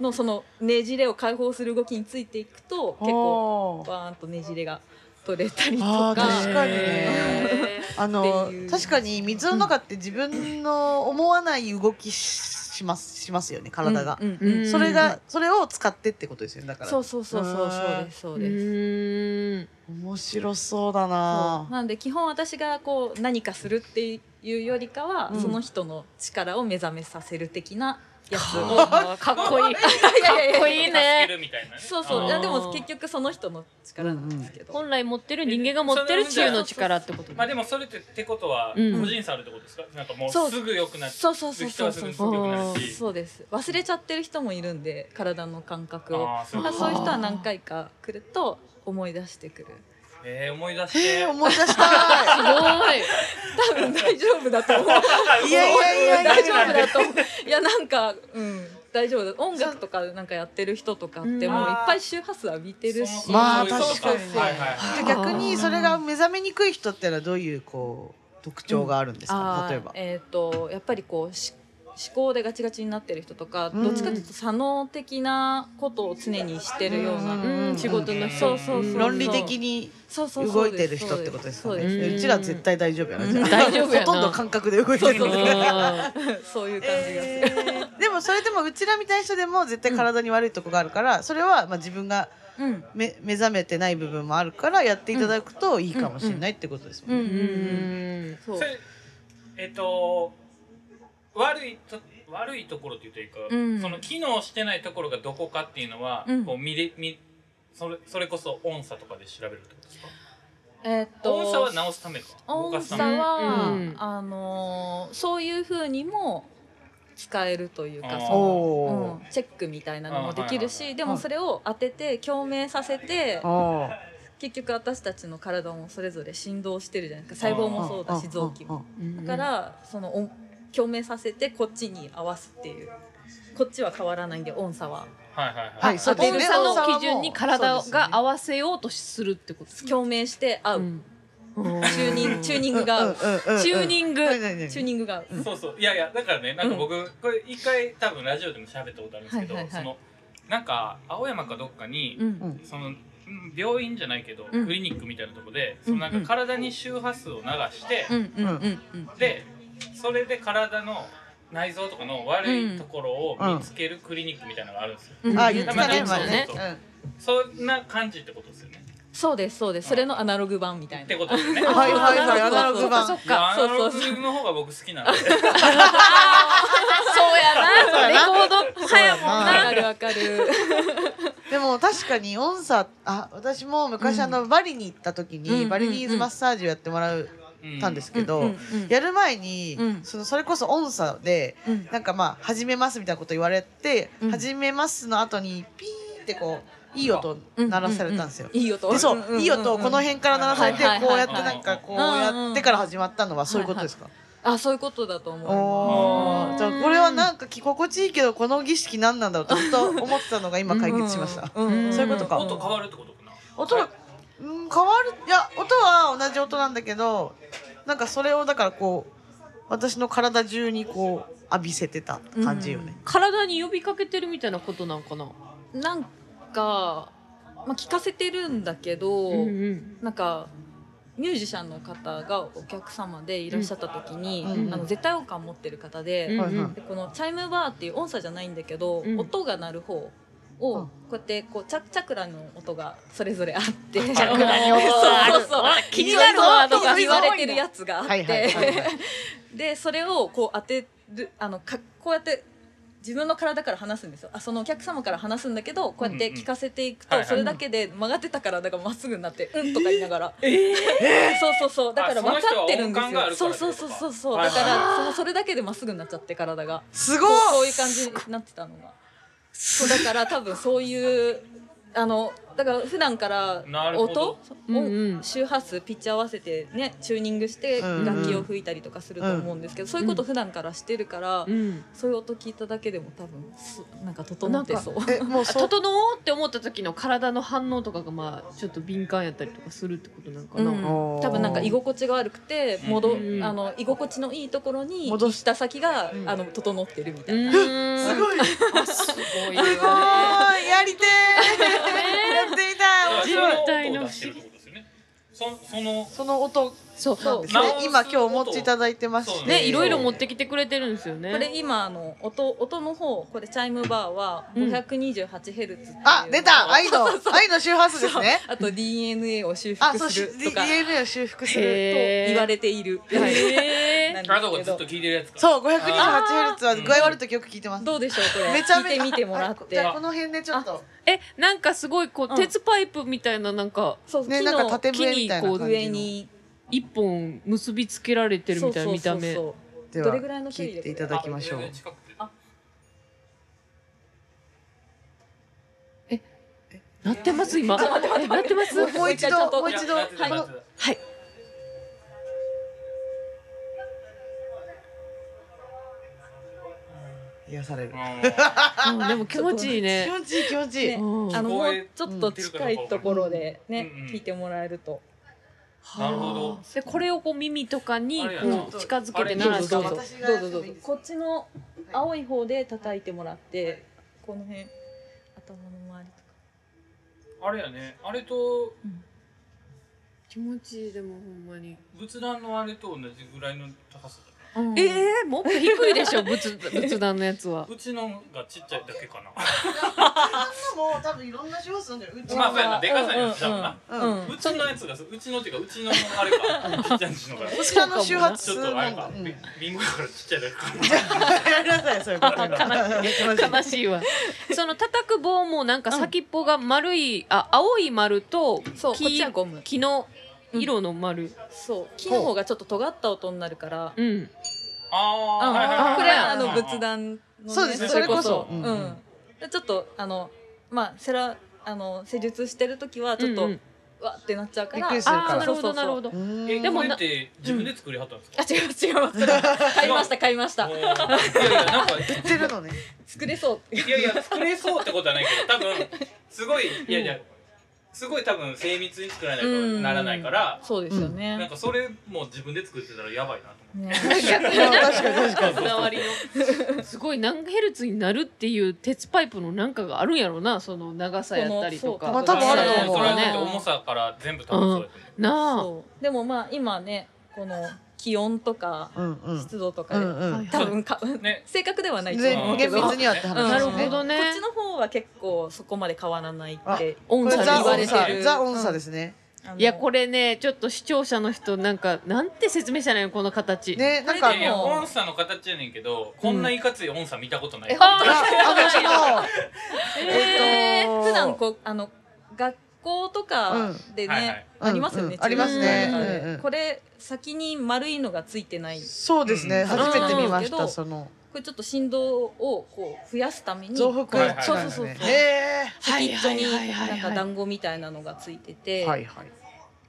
Speaker 3: のそのねじれを解放する動きについていくと結構
Speaker 2: 構
Speaker 3: バーンとねじれが取れたりと
Speaker 2: あ
Speaker 3: か
Speaker 2: ー確かに
Speaker 4: へ
Speaker 2: ねあ
Speaker 3: っ
Speaker 2: の
Speaker 3: ていう
Speaker 2: 確かに水の中って自分の思わない動きししますしますよね体が、
Speaker 3: うんうんうん
Speaker 2: それがそれを使ってってことですよねだから
Speaker 3: そうそうそうそうそうですそう
Speaker 1: う
Speaker 3: です、
Speaker 1: ん
Speaker 2: 面白そうだ
Speaker 3: そ
Speaker 2: な
Speaker 3: うなんで基本私がこう何かするっていうよりかは、
Speaker 2: うん
Speaker 3: その人の力を目覚めさせる的なやつを
Speaker 1: かっこいいかっこいい
Speaker 4: 助け
Speaker 1: ね
Speaker 4: るみたいなね
Speaker 3: *laughs* そうそう
Speaker 1: あー
Speaker 3: いやでも結局その人の力なんですけど、
Speaker 1: 本来持ってる人間が持ってる治癒の力ってこと
Speaker 4: まあでもそれってってことは
Speaker 1: うん
Speaker 4: 個人差あるってことですか、なんかもう
Speaker 3: そう
Speaker 4: すぐ良くなって
Speaker 3: そうそうそうそう
Speaker 4: す
Speaker 3: そ
Speaker 4: ぐ
Speaker 3: う
Speaker 4: 人はすぐ良くなるし
Speaker 3: そうです忘れちゃってる人もいるんで体の感覚を
Speaker 4: あーそういう
Speaker 3: ま
Speaker 4: こ
Speaker 3: あ
Speaker 4: と
Speaker 3: そういう人は何回か来ると思い出してくる
Speaker 4: えー、思い出し
Speaker 2: え
Speaker 4: て
Speaker 2: ー、思い出
Speaker 3: *laughs*
Speaker 2: した
Speaker 1: すごい
Speaker 3: 多分大丈夫だと思う
Speaker 2: いいやいやいやいや
Speaker 3: *laughs* 大丈夫だと思ういやなんかうん大丈夫だ音楽とかなんかやってる人とかってもういっぱい周波数浴びてるし
Speaker 4: そもそも
Speaker 2: まあ
Speaker 4: そういうこと
Speaker 2: 確かに
Speaker 4: はいはい
Speaker 2: じゃあ逆にそれが目覚めにくい人ってのはどういうこう特徴があるんですか、
Speaker 3: あー
Speaker 2: 例えば、
Speaker 3: えっ、とやっぱりこうし思考でガチガチになってる人とか、
Speaker 2: うん
Speaker 3: どっちかというと左脳的なことを常にしてるような、
Speaker 2: うん
Speaker 1: うん仕事の人
Speaker 3: そうそうそう
Speaker 2: 論理的に
Speaker 3: そうそうそう
Speaker 2: 動いてる人ってことですよ
Speaker 3: そう
Speaker 2: ね
Speaker 3: です
Speaker 1: そうです
Speaker 2: うちら絶対大丈夫やな、
Speaker 1: うん
Speaker 2: じゃあ
Speaker 1: 大丈夫やな
Speaker 2: ほとんど感覚で動いてる
Speaker 3: そうそう
Speaker 2: え
Speaker 3: そういう感じがする、
Speaker 2: ーでもそれでもうちらみたいな人でも絶対体に悪いとこがあるから、それはまあ自分が
Speaker 3: うん
Speaker 2: 目目覚めてない部分もあるからやっていただくといいかもしれないってことですもんね、
Speaker 3: うんうん
Speaker 1: うん
Speaker 3: そう
Speaker 4: それえっ、と悪いと悪いところっていうというか、
Speaker 3: うん
Speaker 4: その機能してないところがどこかっていうのは、
Speaker 3: うん
Speaker 4: こう見れ見それそれこそ音差とかで調べるってことですか
Speaker 3: えっ、と
Speaker 4: 音差は直すためか動か
Speaker 3: 音
Speaker 4: すた
Speaker 3: 差
Speaker 4: め
Speaker 1: は
Speaker 3: は、
Speaker 1: うん
Speaker 3: あのーそういうふうにも使えるという
Speaker 4: あ
Speaker 3: か
Speaker 4: ー
Speaker 3: その、
Speaker 2: お
Speaker 3: うん、チェックみたいなのもできるし、
Speaker 4: あーはいはいはい
Speaker 3: でもそれを当てて共鳴させて
Speaker 2: ー、おー
Speaker 3: 結局私たちの体もそれぞれ振動してるじゃないですか細胞もそうだし
Speaker 2: ん
Speaker 3: 臓器も
Speaker 1: うん
Speaker 3: だからその音共鳴させてこっちに合わすっていうこっちは変わらないんで音差は
Speaker 4: はいはいはい、
Speaker 2: はいそうです
Speaker 1: 音
Speaker 2: ね
Speaker 1: 差
Speaker 2: 音差はも
Speaker 1: の
Speaker 2: う
Speaker 1: 基準に体
Speaker 2: そうですね
Speaker 1: が合わせようとするってことですね
Speaker 3: 共鳴して合う、
Speaker 1: うん
Speaker 3: チューニングチューニングが合う、
Speaker 2: チ
Speaker 1: チューニング
Speaker 3: チューニングが合う、
Speaker 4: そうそういやいやだからねなんか僕、これ一回多分ラジオでも喋ったことあるんですけど、
Speaker 3: はいはいはい
Speaker 4: そのなんか青山かどっかに、
Speaker 3: うん
Speaker 4: そのうん病院じゃないけど、
Speaker 3: うん
Speaker 4: クリニックみたいなとこで、
Speaker 3: うん
Speaker 4: そのなんか体に周波数を流して、
Speaker 3: うんうんうんうん
Speaker 4: でそれで体の内臓とかの悪いところを見つけるクリニックみたいなのがあるんですよ、
Speaker 3: うん
Speaker 2: あ言ってたね
Speaker 4: うん
Speaker 2: 前ね
Speaker 4: そうそうそんな感じってことですよね
Speaker 3: そうですそうですそれのアナログ版みたい
Speaker 4: っ
Speaker 3: な
Speaker 4: てことですよね
Speaker 2: はいはいはい
Speaker 3: あ
Speaker 2: アナログ版
Speaker 1: そっかそっ
Speaker 4: いや
Speaker 1: か
Speaker 4: ア
Speaker 3: そ
Speaker 4: ナ
Speaker 3: うそ
Speaker 4: ロ
Speaker 3: うそう
Speaker 4: グの方が僕好きなんで
Speaker 1: そうやなレコード早もん
Speaker 2: そうや
Speaker 1: な
Speaker 2: な
Speaker 3: あるあわかる。
Speaker 2: でも確かに音叉あ私も昔あのバリに行った時
Speaker 3: うんう
Speaker 2: に
Speaker 3: ん
Speaker 2: バリニーズマッサージをやってもらうたんですけど、
Speaker 3: うんうんうん
Speaker 2: やる前に、
Speaker 3: うん
Speaker 2: そのそれこそ音叉で
Speaker 3: うん
Speaker 2: なんかまあ始めますみたいなこと言われて、
Speaker 3: うん
Speaker 2: 始めますの後にピーってこういい音鳴らされたんですよ。
Speaker 3: いい音。
Speaker 2: でそ
Speaker 3: んんん
Speaker 2: うんいい音をこの辺から鳴らされて
Speaker 3: はいはいはい
Speaker 2: こうやってなんかこうやってから始まったのはそういうことですか、
Speaker 3: あ、そういうことだと思う。
Speaker 2: おーじゃあこれはなんか着心地いいけどこの儀式何なんだろうとずっと思ってたのが今解決しました。
Speaker 3: うんんん
Speaker 2: そういうことか
Speaker 4: 音変わるってことかな
Speaker 2: 音が、うん、変わるいや音は同じ音なんだけどなんかそれをだからこう私の体中にこう浴びせてた感じよね。
Speaker 1: 体に呼びかけてるみたいなことなんかな。
Speaker 3: なんか、まあ、聞かせてるんだけど、
Speaker 1: うん
Speaker 3: なんかミュージシャンの方がお客様でいらっしゃった時に、
Speaker 2: うん
Speaker 3: あの絶対音感持ってる方で,、
Speaker 1: うん
Speaker 2: はいはい
Speaker 3: でこのチャイムバーっていう音差じゃないんだけど、
Speaker 1: うん
Speaker 3: 音が鳴る方を
Speaker 2: うん
Speaker 3: こうやってこうチャチャクラの音がそれぞれあって
Speaker 4: *laughs*
Speaker 3: チ
Speaker 2: ャクラに音がある
Speaker 3: *laughs* そうそうそう
Speaker 1: 気になるワード
Speaker 2: が
Speaker 3: 言われてるやつがあって、
Speaker 2: はいはいはいはい
Speaker 3: でそれをこう当てるあのかこうやって自分の体から話すんですよあそのお客様から話すんだけどこうやって聞かせていく
Speaker 4: うん
Speaker 3: と
Speaker 4: うん
Speaker 3: それだけで曲がってたからだからまっすぐになって「うん」とか言いなが
Speaker 4: *laughs*
Speaker 3: ら、 *laughs* そうそうそうだから
Speaker 4: あ
Speaker 3: 分かってるんです
Speaker 4: その人は音感があ
Speaker 3: よ
Speaker 4: る
Speaker 3: そ
Speaker 4: から
Speaker 3: う
Speaker 4: ってこ
Speaker 3: そう
Speaker 4: とか
Speaker 3: そうそうそう
Speaker 4: はい
Speaker 3: だ
Speaker 4: はい
Speaker 3: からそのそれだけでまっすぐになっちゃって体が
Speaker 2: す
Speaker 3: こ
Speaker 2: ご
Speaker 3: う
Speaker 2: い
Speaker 3: そういう感じになってたのがそうだから多分そういうあのだから普段から
Speaker 4: なるほど
Speaker 3: 音
Speaker 1: うんうん
Speaker 3: を周波数ピッチ合わせてねチューニングして
Speaker 2: うんうん
Speaker 3: 楽器を吹いたりとかすると思うんですけど、そういうこと普段からしてるから、
Speaker 1: うん。
Speaker 3: そういう音聞いただけでも多分すなんか整ってそう。
Speaker 2: えもう
Speaker 1: あ
Speaker 2: そう
Speaker 1: 整おうって思った時の体の反応とかがまあちょっと敏感やったりとかするってことなんかな。
Speaker 3: うん
Speaker 2: おー
Speaker 3: 多分なんか居心地が悪くて戻、
Speaker 1: うん
Speaker 3: あの居心地のいいところに行
Speaker 2: 戻
Speaker 3: った先が、
Speaker 2: うん
Speaker 3: あの整ってるみたいな、
Speaker 1: うん
Speaker 2: すごい *laughs* す
Speaker 1: すごい
Speaker 2: ごいやりてーやってみたい面
Speaker 1: 自
Speaker 2: 白い
Speaker 1: 分体の
Speaker 4: 音を出してるってことですよねそその
Speaker 2: その音
Speaker 1: そう
Speaker 2: なん
Speaker 3: そ
Speaker 2: で
Speaker 3: う
Speaker 2: すね
Speaker 4: そう
Speaker 2: 今今日お持ちいただいてまし
Speaker 4: そう
Speaker 2: て
Speaker 1: ねいろいろ持
Speaker 4: も
Speaker 1: ってきてくれてるんですよね。
Speaker 3: これ今あの音音の方これチャイムバーは
Speaker 1: うん
Speaker 3: 528Hz っていう
Speaker 2: あ出た愛の愛の周波数ですね
Speaker 3: あと DNA を修
Speaker 2: あ
Speaker 3: 復
Speaker 2: そう
Speaker 3: するとか
Speaker 2: DNA を修復する
Speaker 1: へー
Speaker 3: 言われている *laughs*
Speaker 1: へ
Speaker 3: なん
Speaker 1: ー
Speaker 3: です
Speaker 4: あとが
Speaker 3: け
Speaker 4: ずっ
Speaker 3: ど
Speaker 4: と聞いてるやつか
Speaker 2: そう5 2 8ルツは具合悪い時よく聞いてます
Speaker 3: どうでしょうこれ
Speaker 2: めちゃ
Speaker 3: 聞
Speaker 2: め
Speaker 3: い
Speaker 2: ちゃ
Speaker 3: てみてもら
Speaker 2: あ
Speaker 3: っ
Speaker 2: じゃ
Speaker 3: て
Speaker 2: あこの辺でちょっと
Speaker 1: えなんかすごいこ
Speaker 3: う
Speaker 1: うん鉄パイプみたいななんか
Speaker 3: そう
Speaker 2: ね
Speaker 3: 木
Speaker 2: なんか
Speaker 3: の
Speaker 2: 縦笛みたいな感じの
Speaker 3: 上に
Speaker 1: 一本結びつけられてるみたいな見た目。
Speaker 3: そうそうそ
Speaker 2: で
Speaker 3: うど
Speaker 2: は
Speaker 3: れぐらいの距
Speaker 2: 聞
Speaker 3: 離
Speaker 2: い
Speaker 3: で
Speaker 2: ていただきましょう
Speaker 4: あ全然近くて
Speaker 1: なってます今。えなってます。
Speaker 2: もう一
Speaker 3: ちょっ
Speaker 2: 度
Speaker 3: と
Speaker 2: もう一度
Speaker 4: やってた
Speaker 2: こ
Speaker 4: やっ
Speaker 2: の
Speaker 4: てた
Speaker 1: はい。
Speaker 2: 癒される
Speaker 1: うんでも気持ちいい
Speaker 2: 気
Speaker 1: ね。
Speaker 2: 持ちいい気持ちいい
Speaker 3: ね
Speaker 1: うん
Speaker 3: あの
Speaker 4: こ
Speaker 3: も
Speaker 4: う
Speaker 3: う
Speaker 4: いう
Speaker 3: ちょっと近いところでね、
Speaker 4: うんうん
Speaker 3: 聞いてもらえると、
Speaker 4: なるほど
Speaker 1: でこれをこう耳とかに
Speaker 4: あれやな
Speaker 1: こう近づけて
Speaker 4: うん
Speaker 1: 鳴らす
Speaker 3: ど
Speaker 1: と
Speaker 3: うぞどうぞ
Speaker 2: 私が
Speaker 3: ど
Speaker 2: や
Speaker 3: う
Speaker 2: って
Speaker 3: ぞど
Speaker 2: も
Speaker 3: う
Speaker 2: いい
Speaker 3: ぞ
Speaker 2: です
Speaker 3: こっちの青い方で叩いてもらってこの辺頭の周りとか
Speaker 4: あれやねあれと
Speaker 1: 気持ちいいでもほんまに。
Speaker 4: 仏壇のあれと同じぐらいの高さだか
Speaker 1: ええもっと低いでしょ仏仏壇のやつは。
Speaker 4: らうちのがちっちゃいだけかな
Speaker 2: そんなもう多分いろんな周波数なんだようち
Speaker 4: まあそうやなでかさによ
Speaker 3: う
Speaker 4: っ
Speaker 3: ん
Speaker 4: てちゃうな
Speaker 2: う
Speaker 3: うんうん
Speaker 4: うちのやつがうちのっていうかうちのあれかちっちゃいんちのが
Speaker 2: こちらの周波
Speaker 4: ちょ
Speaker 2: 数
Speaker 4: っとあ
Speaker 2: な
Speaker 4: れ
Speaker 2: んだ
Speaker 4: か
Speaker 2: うん
Speaker 4: び貧乏だからちっちゃいだけか
Speaker 2: やりなさいそういうこと
Speaker 1: 悲しいわ。その叩く棒もなんか先っぽが丸い、あ青い丸と
Speaker 3: そうこっち
Speaker 1: 木
Speaker 3: はゴム
Speaker 1: 木の色の丸。
Speaker 3: そう木の方がちょっと尖った音になるから、
Speaker 1: うん。
Speaker 4: あー
Speaker 3: うん
Speaker 4: はいはいはい
Speaker 3: これはあの
Speaker 4: うん
Speaker 3: 仏壇の、ね、
Speaker 2: そうですね
Speaker 4: それこそ
Speaker 3: うん
Speaker 2: うんうん
Speaker 3: でちょっとあのまあセラあの施術してる時はちょっと、
Speaker 1: うんうん
Speaker 3: わってなっちゃうか
Speaker 2: びっ
Speaker 3: ら
Speaker 2: くりする
Speaker 1: あ
Speaker 2: か
Speaker 1: あ
Speaker 2: ら
Speaker 1: なるほどなるほど。
Speaker 2: うん
Speaker 4: え
Speaker 1: でも
Speaker 4: これ
Speaker 1: な
Speaker 4: って自分で作りはったんですか
Speaker 3: あ違う違うそれは買いました買いました
Speaker 4: おーいやいやなんか
Speaker 2: 売ってるのね
Speaker 3: 作れそうって
Speaker 4: いやいや作れそうってことはないけど多分すごいいやいやすごい多分精密に作らないとならないから
Speaker 3: そうですよ
Speaker 4: なん
Speaker 3: ね、
Speaker 4: かそれも自分で作ってたらやばいなと
Speaker 3: ね
Speaker 2: 確かに確かに
Speaker 4: 思ってわりの
Speaker 1: すごい何ヘルツになるっていう鉄パイプのなんかがあるんやろなその長さやったりとか。
Speaker 2: このそうまあ多分あると思う
Speaker 4: それは
Speaker 1: ね
Speaker 4: だって重さから全部多分そうやと思う
Speaker 1: なあ。
Speaker 3: そうでもまあ今ねこの気温とか
Speaker 2: うんうん
Speaker 3: 湿度とか
Speaker 2: う
Speaker 3: で、
Speaker 2: んうん
Speaker 3: 多分か、 *laughs*
Speaker 4: ね
Speaker 3: 正確ではないと
Speaker 2: で
Speaker 3: 思うけ
Speaker 2: 厳
Speaker 3: ど、
Speaker 4: 全
Speaker 2: 密にはって
Speaker 3: う
Speaker 2: 話
Speaker 3: ん
Speaker 2: ですね
Speaker 1: なるほどね
Speaker 3: こっちの方は結結構そこまで変わらないって
Speaker 1: 音
Speaker 2: こ
Speaker 1: 差で
Speaker 2: れザ・
Speaker 1: 言わ
Speaker 2: 音
Speaker 1: れて
Speaker 2: 叉
Speaker 1: る。
Speaker 2: ザ・音叉ですね
Speaker 1: いやこれねちょっと視聴者の人なんかなんて説明したらいいのこの形、
Speaker 2: ねなん
Speaker 3: あ
Speaker 2: か
Speaker 3: れ
Speaker 4: い
Speaker 3: で
Speaker 4: やいや
Speaker 3: も
Speaker 4: 音差の形やねんけどこんないかつい音差見たことない、
Speaker 3: うん
Speaker 1: *laughs*
Speaker 4: あ
Speaker 2: ああのその
Speaker 1: え
Speaker 2: えっと
Speaker 3: 普段こうあの学校とかで
Speaker 4: はいは
Speaker 3: ね
Speaker 4: い、
Speaker 3: ありますよね、
Speaker 2: うんうんありますね
Speaker 3: 中学とかで
Speaker 2: うんうん
Speaker 3: これ先に丸いのがついてない
Speaker 2: そうですね、
Speaker 4: うん
Speaker 2: 初めて見まし
Speaker 3: う
Speaker 2: た
Speaker 3: ん
Speaker 2: その
Speaker 3: これちょっと振動をこう増やすために
Speaker 2: 増幅
Speaker 4: はいはい
Speaker 3: そうそうそうそう
Speaker 2: へ
Speaker 3: 先っちょに
Speaker 1: はいはいはいは
Speaker 3: ないんか団子みたいなのがついてて、
Speaker 2: えはいはい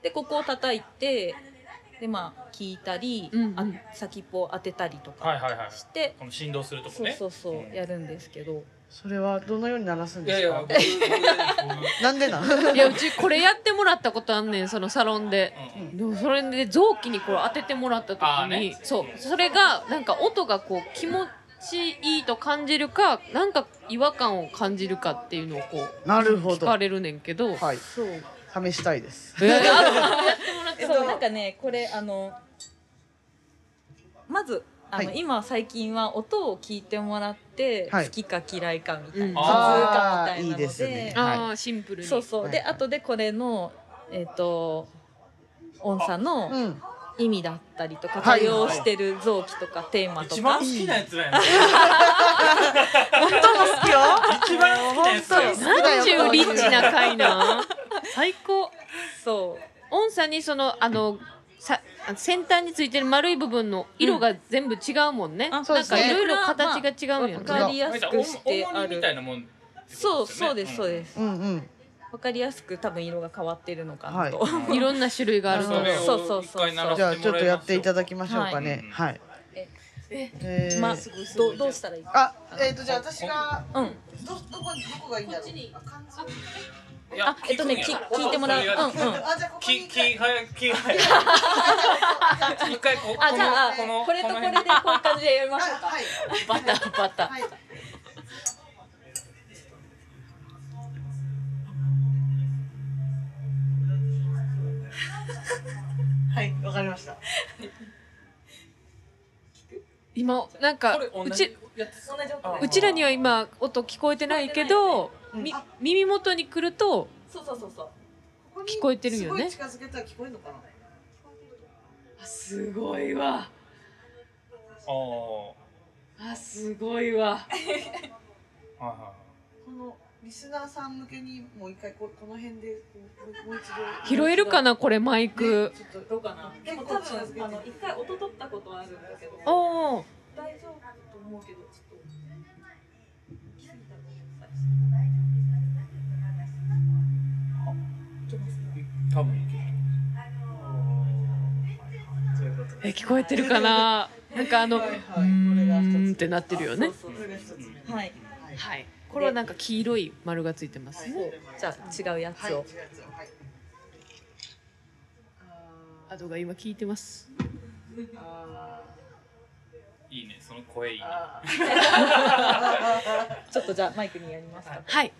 Speaker 3: でここを叩いてでまあ聞いたり、
Speaker 1: うんうん
Speaker 3: あ先っぽを当てたりと
Speaker 4: はい
Speaker 3: か
Speaker 4: はいはい
Speaker 3: して、
Speaker 4: この振動するとこ
Speaker 3: そう
Speaker 4: ね
Speaker 3: そうそう、
Speaker 4: うん
Speaker 3: やるんですけど
Speaker 2: それはどのように鳴らすん
Speaker 4: いや
Speaker 2: で
Speaker 4: い
Speaker 2: す
Speaker 4: や
Speaker 2: か
Speaker 4: 僕僕
Speaker 2: なんでな
Speaker 1: *laughs*
Speaker 2: ん
Speaker 1: いやうちこれやってもらったことあんねんそのサロンで。
Speaker 4: うんうん
Speaker 1: でもそれで臓器にこれ当ててもらった時
Speaker 4: あー
Speaker 1: に、
Speaker 4: ね
Speaker 1: そうそれがなんか音がこう気持ちいいと感じるかなんか違和感を感じるかっていうのをこう
Speaker 2: なるほ
Speaker 1: 聞
Speaker 2: ど
Speaker 1: かれるねんけど、
Speaker 2: はい
Speaker 3: そう
Speaker 2: 試したいです
Speaker 1: えーあやってもらって
Speaker 3: そうなんかねこれあのまずあの、
Speaker 2: はい
Speaker 3: 今最近は音を聞いてもらって、
Speaker 2: はい
Speaker 3: 好きか嫌いかみたいな、
Speaker 1: うん
Speaker 3: 普通かみ
Speaker 2: あー
Speaker 3: たいなの
Speaker 2: いい
Speaker 3: で
Speaker 2: ですね
Speaker 1: あーシンプルに
Speaker 3: そうそう、
Speaker 2: は
Speaker 3: で
Speaker 2: いはい
Speaker 3: 後でこれのえっ、と音差の、
Speaker 2: うん
Speaker 3: 意味だったりとか
Speaker 2: は
Speaker 3: 多
Speaker 2: い
Speaker 3: 用してる臓器とかテーマと
Speaker 4: 一
Speaker 3: か
Speaker 4: 番好きなやつだよね
Speaker 2: 本当も好きよ
Speaker 4: 一番好きなやつだよ
Speaker 2: 本
Speaker 1: なんちゅうリッチな回な最高
Speaker 3: そう
Speaker 1: 音差にそのあのさ先端についてる丸い部分の色が全部違うもんね、
Speaker 3: あ
Speaker 2: そう
Speaker 1: な
Speaker 2: で
Speaker 1: ん
Speaker 2: す
Speaker 1: か
Speaker 2: ね
Speaker 1: いろいろ形が違うんや
Speaker 3: わ
Speaker 1: ね、
Speaker 3: かりやすくして
Speaker 4: 重
Speaker 3: あ
Speaker 4: りみ
Speaker 3: る
Speaker 4: たいなもんって
Speaker 3: そ
Speaker 4: こ
Speaker 3: う
Speaker 4: と
Speaker 3: そ
Speaker 4: よね
Speaker 3: うですそうです
Speaker 2: うんうん
Speaker 3: わかりやすく多分色が変わってるのかなと、
Speaker 2: は
Speaker 1: いろんな種類がある
Speaker 4: そ
Speaker 1: と思う
Speaker 4: れ
Speaker 3: そうそ
Speaker 4: を
Speaker 3: う
Speaker 4: 一
Speaker 3: そう
Speaker 4: 回鳴ら
Speaker 2: じゃあ
Speaker 4: して
Speaker 2: ちょ
Speaker 4: も
Speaker 2: っ
Speaker 4: ら
Speaker 2: と
Speaker 4: います
Speaker 2: やっていただきましょうか
Speaker 4: は
Speaker 2: ね
Speaker 4: い
Speaker 2: はい
Speaker 3: え
Speaker 2: えー
Speaker 3: *laughs* まあどどうしたらいいか
Speaker 2: あえっとじゃあ私が
Speaker 3: うん
Speaker 2: どどこにどこがいいんだろう
Speaker 4: いや
Speaker 3: あえっとね
Speaker 4: 聞くんや
Speaker 3: き聞いてもらう
Speaker 4: それが
Speaker 3: うんうん
Speaker 2: あじゃあここ
Speaker 4: き
Speaker 2: に
Speaker 4: き早いき早い一回こ
Speaker 3: あ
Speaker 4: こ
Speaker 3: じゃあ
Speaker 4: のの
Speaker 3: これとこれで
Speaker 4: の辺
Speaker 3: こういう感じでやりましょう
Speaker 2: あ
Speaker 3: か
Speaker 2: はい
Speaker 3: *laughs* バターバター
Speaker 2: はいはいわかりました
Speaker 1: 今なんか
Speaker 4: これ
Speaker 1: う
Speaker 4: 同じ
Speaker 1: ち
Speaker 4: やつ
Speaker 3: 同じ音
Speaker 4: あ
Speaker 3: で
Speaker 1: うちらには今音聞こえてないけど
Speaker 2: うん
Speaker 1: み
Speaker 2: あ
Speaker 1: 耳元に来ると
Speaker 3: そうそうそうそう
Speaker 2: こに
Speaker 1: 聞こえてるよね
Speaker 2: すごい近づけたら聞こえるのかな
Speaker 1: あすごいわ
Speaker 4: あー
Speaker 1: あすごいわ
Speaker 4: はいはいはい
Speaker 2: このリスナーさん向けにもう一回ここの辺でこうもうもう一度
Speaker 1: 拾えるかなこれマイ
Speaker 2: ね
Speaker 1: ク
Speaker 2: ちょっと
Speaker 3: どうかなでも多分あの一回音取ったことあるんだけど
Speaker 1: おお
Speaker 3: 大丈夫と思うけどちょっと聞いたことない
Speaker 4: 多分いける
Speaker 1: え聞こえてるか *laughs* ななんかあのう
Speaker 2: はいはい
Speaker 1: ーんってなってるよね
Speaker 2: そうそれが一つ目
Speaker 3: はい
Speaker 2: はい
Speaker 1: はいこれはなんか黄色い丸がついてますね
Speaker 3: じゃあ違うや
Speaker 2: は
Speaker 3: つ
Speaker 2: い違う
Speaker 3: を
Speaker 2: やつをはい
Speaker 1: アドが今聞いてます
Speaker 2: あ
Speaker 4: いいねその声いい
Speaker 2: ー
Speaker 4: ね
Speaker 2: あ
Speaker 3: ちょっとじゃあマイクにやりますか
Speaker 1: はい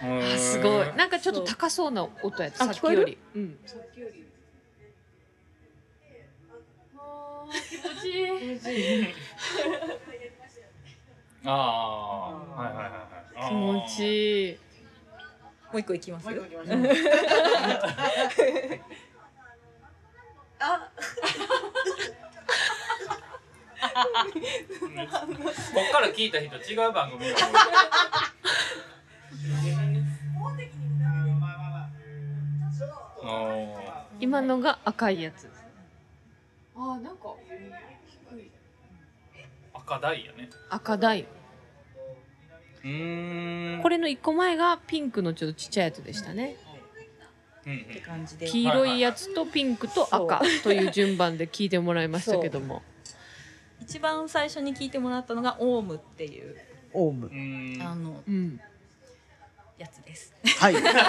Speaker 1: あすごいなんかちょっと高そうな音やった
Speaker 3: そ
Speaker 1: さ
Speaker 3: う
Speaker 1: っきよりうん気持ちいい
Speaker 4: ああーはいはいはいはい
Speaker 1: 気持
Speaker 4: い
Speaker 1: ちいい
Speaker 3: もう一個いきま
Speaker 2: ー
Speaker 3: す
Speaker 2: もう一個行きましょう
Speaker 4: こっから聞いた人違う番組だと思うあ
Speaker 1: 今のが赤いやつああなんか
Speaker 4: ー赤ダイヤね
Speaker 1: 赤ダイ
Speaker 4: うーん
Speaker 1: これの一個前がピンクのちょっとちっちゃいやつでしたね
Speaker 4: うんう
Speaker 3: って
Speaker 4: ん
Speaker 3: 感じで
Speaker 1: 黄色いやつとピンクと赤という順番で聞いてもらいましたけども
Speaker 3: 一番最初に聞いてもらったのがオウムっていう
Speaker 2: オウム
Speaker 4: うーん
Speaker 3: あの
Speaker 1: うん
Speaker 3: やつです
Speaker 2: はい
Speaker 1: 何なんですか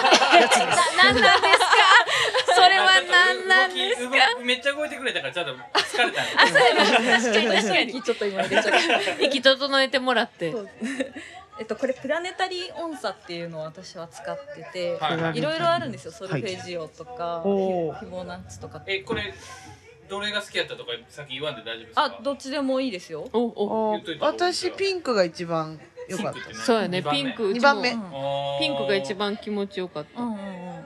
Speaker 1: それは何なんで
Speaker 4: ですかめっちゃ動いてくれたからちょっと疲れたん
Speaker 1: *laughs*
Speaker 4: だけど
Speaker 1: すか確かに確かに
Speaker 3: ちょっと今入れちゃった
Speaker 1: 息整えてもらって
Speaker 3: そうえっとこれプラネタリー音差っていうのを私は使ってて、
Speaker 4: はい
Speaker 3: い、ろいろあるんですよソルフェジオとか、
Speaker 2: おー
Speaker 3: フィボナッチとか
Speaker 4: えこれどれが好きやったとかさっき言わんで大丈夫ですか
Speaker 3: あどっちでもいいですよ
Speaker 1: おお
Speaker 2: お私ピンクが一番よかった
Speaker 4: ピンクってね
Speaker 1: そうやね
Speaker 4: 二番目
Speaker 1: ピンクうちも
Speaker 2: 二番目
Speaker 3: うん
Speaker 4: あー
Speaker 1: ピンクが一番気持ちよかっ
Speaker 3: う
Speaker 1: た
Speaker 3: んうんうん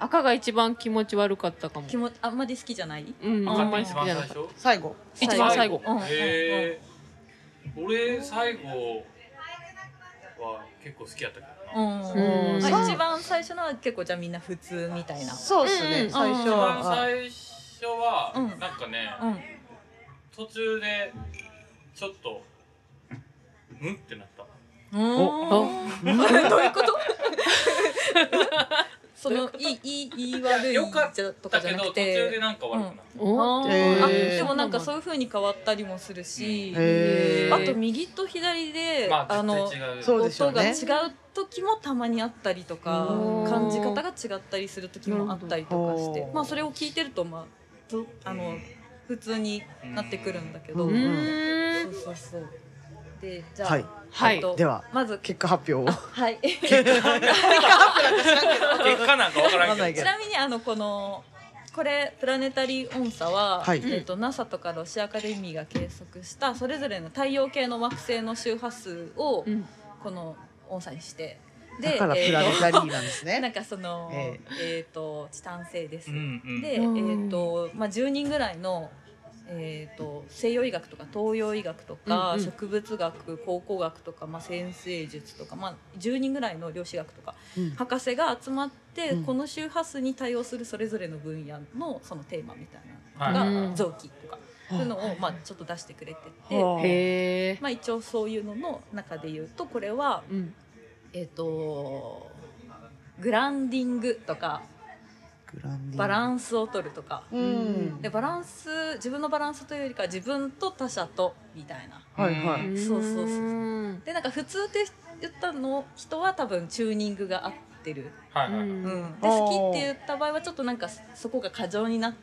Speaker 1: 赤が一番気持ち悪かったかも
Speaker 3: 気持ちあんまり好きじゃない
Speaker 1: うん
Speaker 4: 赤
Speaker 1: あん
Speaker 4: って
Speaker 1: まり
Speaker 4: 一
Speaker 1: 好き
Speaker 4: 番
Speaker 1: じゃ
Speaker 4: 最
Speaker 1: なかった
Speaker 4: 初
Speaker 2: 最後
Speaker 1: 一番最後
Speaker 3: うんうんうん
Speaker 4: へえ俺最後は結構好きやったけど
Speaker 3: う
Speaker 4: な、
Speaker 3: ん
Speaker 1: うん
Speaker 3: あ
Speaker 2: そう
Speaker 3: 一番最初のは結構じゃあみんな普通みたいな
Speaker 2: そうっす
Speaker 1: うんう
Speaker 2: ね
Speaker 1: ん
Speaker 2: 最初
Speaker 4: 一番
Speaker 2: は
Speaker 4: 最初は、
Speaker 3: うん
Speaker 4: なんかね、
Speaker 3: うん
Speaker 4: 途中でちょっとうんってなった
Speaker 1: お
Speaker 3: うん *laughs* どういうことそのいいいいいい悪い
Speaker 4: よかっ
Speaker 3: じゃとかじ
Speaker 4: だけ
Speaker 3: ゃな
Speaker 4: ど途
Speaker 3: く
Speaker 4: 中で
Speaker 3: て
Speaker 4: なんか悪くなった、
Speaker 1: お
Speaker 3: あ
Speaker 1: っ
Speaker 2: ー
Speaker 1: て
Speaker 3: ーあ
Speaker 2: へー
Speaker 3: でもなんかそう
Speaker 1: う
Speaker 3: いう風に変わったりもするし、
Speaker 2: へ
Speaker 1: ー
Speaker 3: あと右と左で、
Speaker 4: まあ
Speaker 3: あの
Speaker 4: 絶対違う
Speaker 2: そうでしょ
Speaker 3: 音
Speaker 2: う
Speaker 3: が
Speaker 2: ね
Speaker 3: 違う時もたまにあったりとか
Speaker 2: うん
Speaker 3: 感じ方が違ったりする時もあったりとかし
Speaker 2: なる
Speaker 3: て
Speaker 2: ほど
Speaker 3: まあそれを聞いてるとまあとあの普通になってくるんだけど
Speaker 2: う
Speaker 1: う
Speaker 2: ーん
Speaker 3: そ
Speaker 1: ーん
Speaker 3: うそうそうでじゃあ、
Speaker 2: はい
Speaker 1: はい
Speaker 3: えっと
Speaker 2: では
Speaker 3: まず
Speaker 2: 結果発表を
Speaker 3: はい
Speaker 4: 結果なんかわから
Speaker 2: わか
Speaker 3: ち
Speaker 4: んけど
Speaker 2: んない
Speaker 3: なみにあのこのこれプラネタリー音差は、
Speaker 2: はい
Speaker 3: えっと NASA とかロシアアカデミーが計測したそれぞれの太陽系の惑星の周波数を
Speaker 1: うん
Speaker 3: この音差にして
Speaker 2: けどだからプラネタリーなんです
Speaker 3: *laughs* なん
Speaker 2: ね
Speaker 3: かその、
Speaker 2: え
Speaker 3: えーとチタン製です。
Speaker 4: うんうん
Speaker 3: で、え
Speaker 1: うん
Speaker 3: ーとまあ、10人ぐらいの、えー、と西洋医学とか東洋医学と
Speaker 1: う
Speaker 3: か、
Speaker 1: んうん
Speaker 3: 植物学考古学とか、まあ、先生術とか、まあ、10人ぐらいの量子学とか
Speaker 2: うん
Speaker 3: 博士が集まって、
Speaker 2: うん
Speaker 3: この周波数に対応するそれぞれの分野のそのテーマみたい
Speaker 4: は
Speaker 3: ないのが、
Speaker 1: うん
Speaker 3: 臓器とかそういうのを、まあ、ちょっと出してくれてて、
Speaker 2: は
Speaker 1: へえ
Speaker 3: まあ、一応そういうのの中で言うとこれは
Speaker 1: うん
Speaker 3: えっ、とグランディングとか
Speaker 2: グランディング
Speaker 3: バランスを取るとか、
Speaker 2: うん
Speaker 3: でバランス自分のバランスというよりか自分と他者とみたいな
Speaker 2: はいは
Speaker 4: う
Speaker 2: い
Speaker 3: そうそうそう
Speaker 1: うん
Speaker 3: でなんか普通って言ったの人は多分チューニングが合ってる、
Speaker 4: はいはいはい、
Speaker 1: うん
Speaker 3: で好きって言った場合はちょっとなんかそこが過剰になっ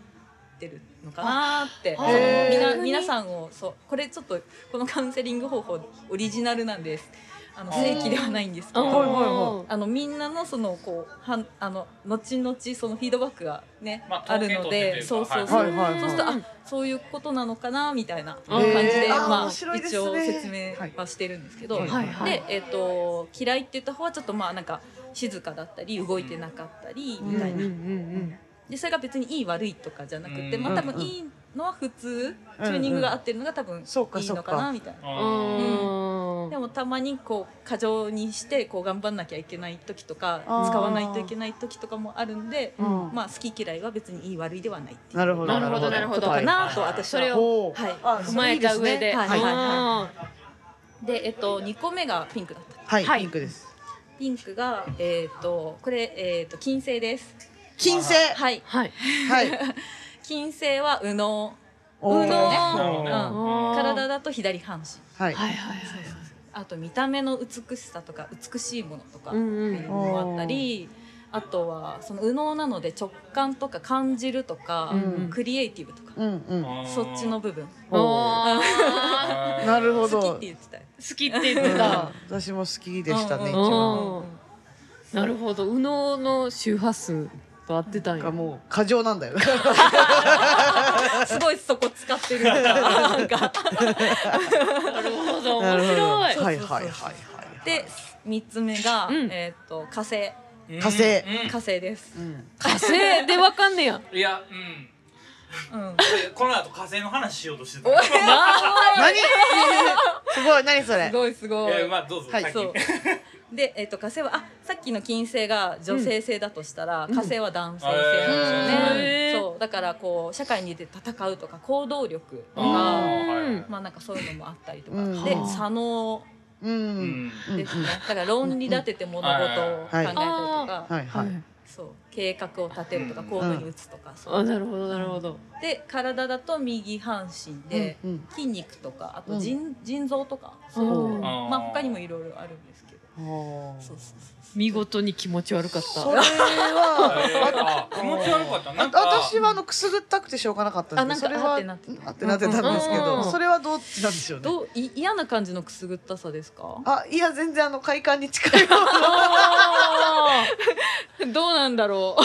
Speaker 3: てるのかなーって
Speaker 1: あ
Speaker 2: へー
Speaker 3: みな
Speaker 1: 逆に
Speaker 3: 皆さんをそうこれちょっとこのカウンセリング方法オリジナルなんですあの
Speaker 4: あー
Speaker 3: 正規ではないんですけ
Speaker 1: あー
Speaker 2: はいはい
Speaker 3: ど。
Speaker 2: は
Speaker 3: あのみんなのそのこうはんあの後々そのフィードバックがね、
Speaker 4: まあ
Speaker 3: あるので
Speaker 4: 統
Speaker 3: そう
Speaker 4: 計取
Speaker 3: そ
Speaker 4: ってという
Speaker 3: う
Speaker 4: か
Speaker 2: は
Speaker 3: そう、
Speaker 2: いはいはい
Speaker 3: そうするとあそういうことなのかなみたいな感じで、
Speaker 1: へーあー
Speaker 3: まあ
Speaker 2: 面白いです
Speaker 3: 一
Speaker 2: ね
Speaker 3: 応説明はしてるんですけど、
Speaker 2: はい
Speaker 1: はいはい
Speaker 3: でえっ、と嫌いって言った方はちょっとまあなんか静かだったり動いてなかったりみたいな、
Speaker 1: うんうん
Speaker 3: でそれが別にいい悪いとかじゃなくて、
Speaker 4: うん
Speaker 3: まあ多分いいのは普通、
Speaker 2: うん
Speaker 3: チューニングが合ってるのが多分いい
Speaker 2: そうかそう
Speaker 3: の
Speaker 2: か
Speaker 3: かなみたいな。
Speaker 1: う
Speaker 4: あ
Speaker 1: ん
Speaker 4: ー
Speaker 1: うん
Speaker 3: でもたまにこう過剰にしてこう頑張んなきゃいけない時とか
Speaker 2: あー
Speaker 3: 使わないといけない時とかもあるんで、
Speaker 2: うん
Speaker 3: まあ好き嫌いは別にいい悪いではないってい
Speaker 2: な
Speaker 3: う
Speaker 2: るほど
Speaker 1: なるほどなるほ
Speaker 3: こ
Speaker 1: ど
Speaker 3: と
Speaker 2: は
Speaker 3: か
Speaker 2: い
Speaker 3: なと私
Speaker 1: そ
Speaker 3: は
Speaker 1: れを
Speaker 2: おー
Speaker 3: はい
Speaker 2: あ
Speaker 1: 踏まえた上で
Speaker 3: はいはいは
Speaker 1: うん
Speaker 3: で、えっと、2個目がピンクだった
Speaker 2: はい、
Speaker 1: はい
Speaker 2: ピンクです。
Speaker 3: ピンクが、えっとこれ、えっと金星です
Speaker 2: 金星。
Speaker 3: はい
Speaker 1: はい
Speaker 2: はい。
Speaker 3: 金星は右脳
Speaker 2: おー
Speaker 3: 右
Speaker 4: 脳
Speaker 2: ね
Speaker 4: うん
Speaker 3: 体だと左半身
Speaker 2: はい。
Speaker 1: はいはい
Speaker 3: あと見た目の美しさとか美しいものとか、
Speaker 1: うんうん
Speaker 3: っていうのもあったりあとはその右脳なので直感とか感じるとか、
Speaker 2: うん
Speaker 3: クリエイティブとか、
Speaker 2: うんうん。
Speaker 4: あー
Speaker 3: そっちの部分
Speaker 2: おー
Speaker 1: おー
Speaker 4: あー
Speaker 2: なるほ
Speaker 3: 好
Speaker 2: ど。
Speaker 3: きって言ってたよ
Speaker 1: 好きって言
Speaker 2: う
Speaker 1: って
Speaker 2: ん
Speaker 1: た。
Speaker 2: 私も好きでしたね。一
Speaker 3: う
Speaker 1: うん
Speaker 3: ん
Speaker 2: 番。
Speaker 1: うんなるほど右脳の周波数と合ってたん
Speaker 2: なんか
Speaker 1: や。
Speaker 2: もう過剰なんだよ。
Speaker 3: すごいそこ使って
Speaker 2: *laughs*
Speaker 3: るからなんか
Speaker 1: なるほど
Speaker 2: なる
Speaker 1: 面
Speaker 2: ほど
Speaker 1: 白
Speaker 2: はい
Speaker 1: い。
Speaker 2: はい
Speaker 3: そうそうそう
Speaker 2: はいはい。
Speaker 3: で3つ目が、
Speaker 1: うん
Speaker 3: えー、と火星
Speaker 4: うん
Speaker 2: 火星
Speaker 4: うん
Speaker 3: 火星です、
Speaker 2: うん。
Speaker 1: 火星でわかんねえやん。
Speaker 4: いやうん
Speaker 3: うん、
Speaker 4: でこの後火星の話しようとしてた
Speaker 2: 何？すごい何そ
Speaker 3: す
Speaker 2: れ。
Speaker 3: ごいすごい
Speaker 4: えーまあどうぞ
Speaker 2: はい
Speaker 4: 先
Speaker 3: そうで、えっと火星はあさっきの金星が女性性だとしたら、火星は男性性なんですよね、
Speaker 1: うん
Speaker 3: そうだからこう社会に出て戦うとか行動力と
Speaker 4: あ
Speaker 3: か、
Speaker 4: ーはいはい
Speaker 3: まあなんかそういうのもあったりとか、
Speaker 2: うん
Speaker 3: で
Speaker 1: はあ
Speaker 3: 左脳
Speaker 2: う。
Speaker 4: うんん
Speaker 2: うんうん
Speaker 3: ですね、だから論理立てて物事を考えたりとか、
Speaker 2: はいはい。
Speaker 3: そう計画を立てるとか
Speaker 4: うん
Speaker 3: 行動に移すとか、そう
Speaker 1: あなるほどなるほど。
Speaker 3: で体だと右半身で、
Speaker 2: うんうん
Speaker 3: 筋肉とかあと腎,、腎臓とかそういうの
Speaker 1: うん
Speaker 3: まあ他にもいろいろあるんですけど。
Speaker 2: あ
Speaker 3: そうそう
Speaker 1: 見事に気持ち悪かっ
Speaker 2: そ
Speaker 1: た *laughs*
Speaker 2: れは
Speaker 4: あ気持ち悪かった
Speaker 2: あ
Speaker 4: なんか
Speaker 2: 私はあのくすぐったくてしょうがなかった
Speaker 3: あ
Speaker 2: んで
Speaker 3: なん
Speaker 2: す
Speaker 3: か
Speaker 2: それは
Speaker 3: あ
Speaker 2: あ
Speaker 3: っ
Speaker 2: ってて
Speaker 3: なっ
Speaker 2: な
Speaker 3: てた
Speaker 2: ってたんですけ
Speaker 1: うん
Speaker 2: どそれはどっちなんでしょう
Speaker 3: そう
Speaker 2: ね
Speaker 3: どうい嫌な感じのくすぐったさですか *laughs*
Speaker 2: あいや全然あの快感に近いよ
Speaker 1: あ
Speaker 3: どうなんだろう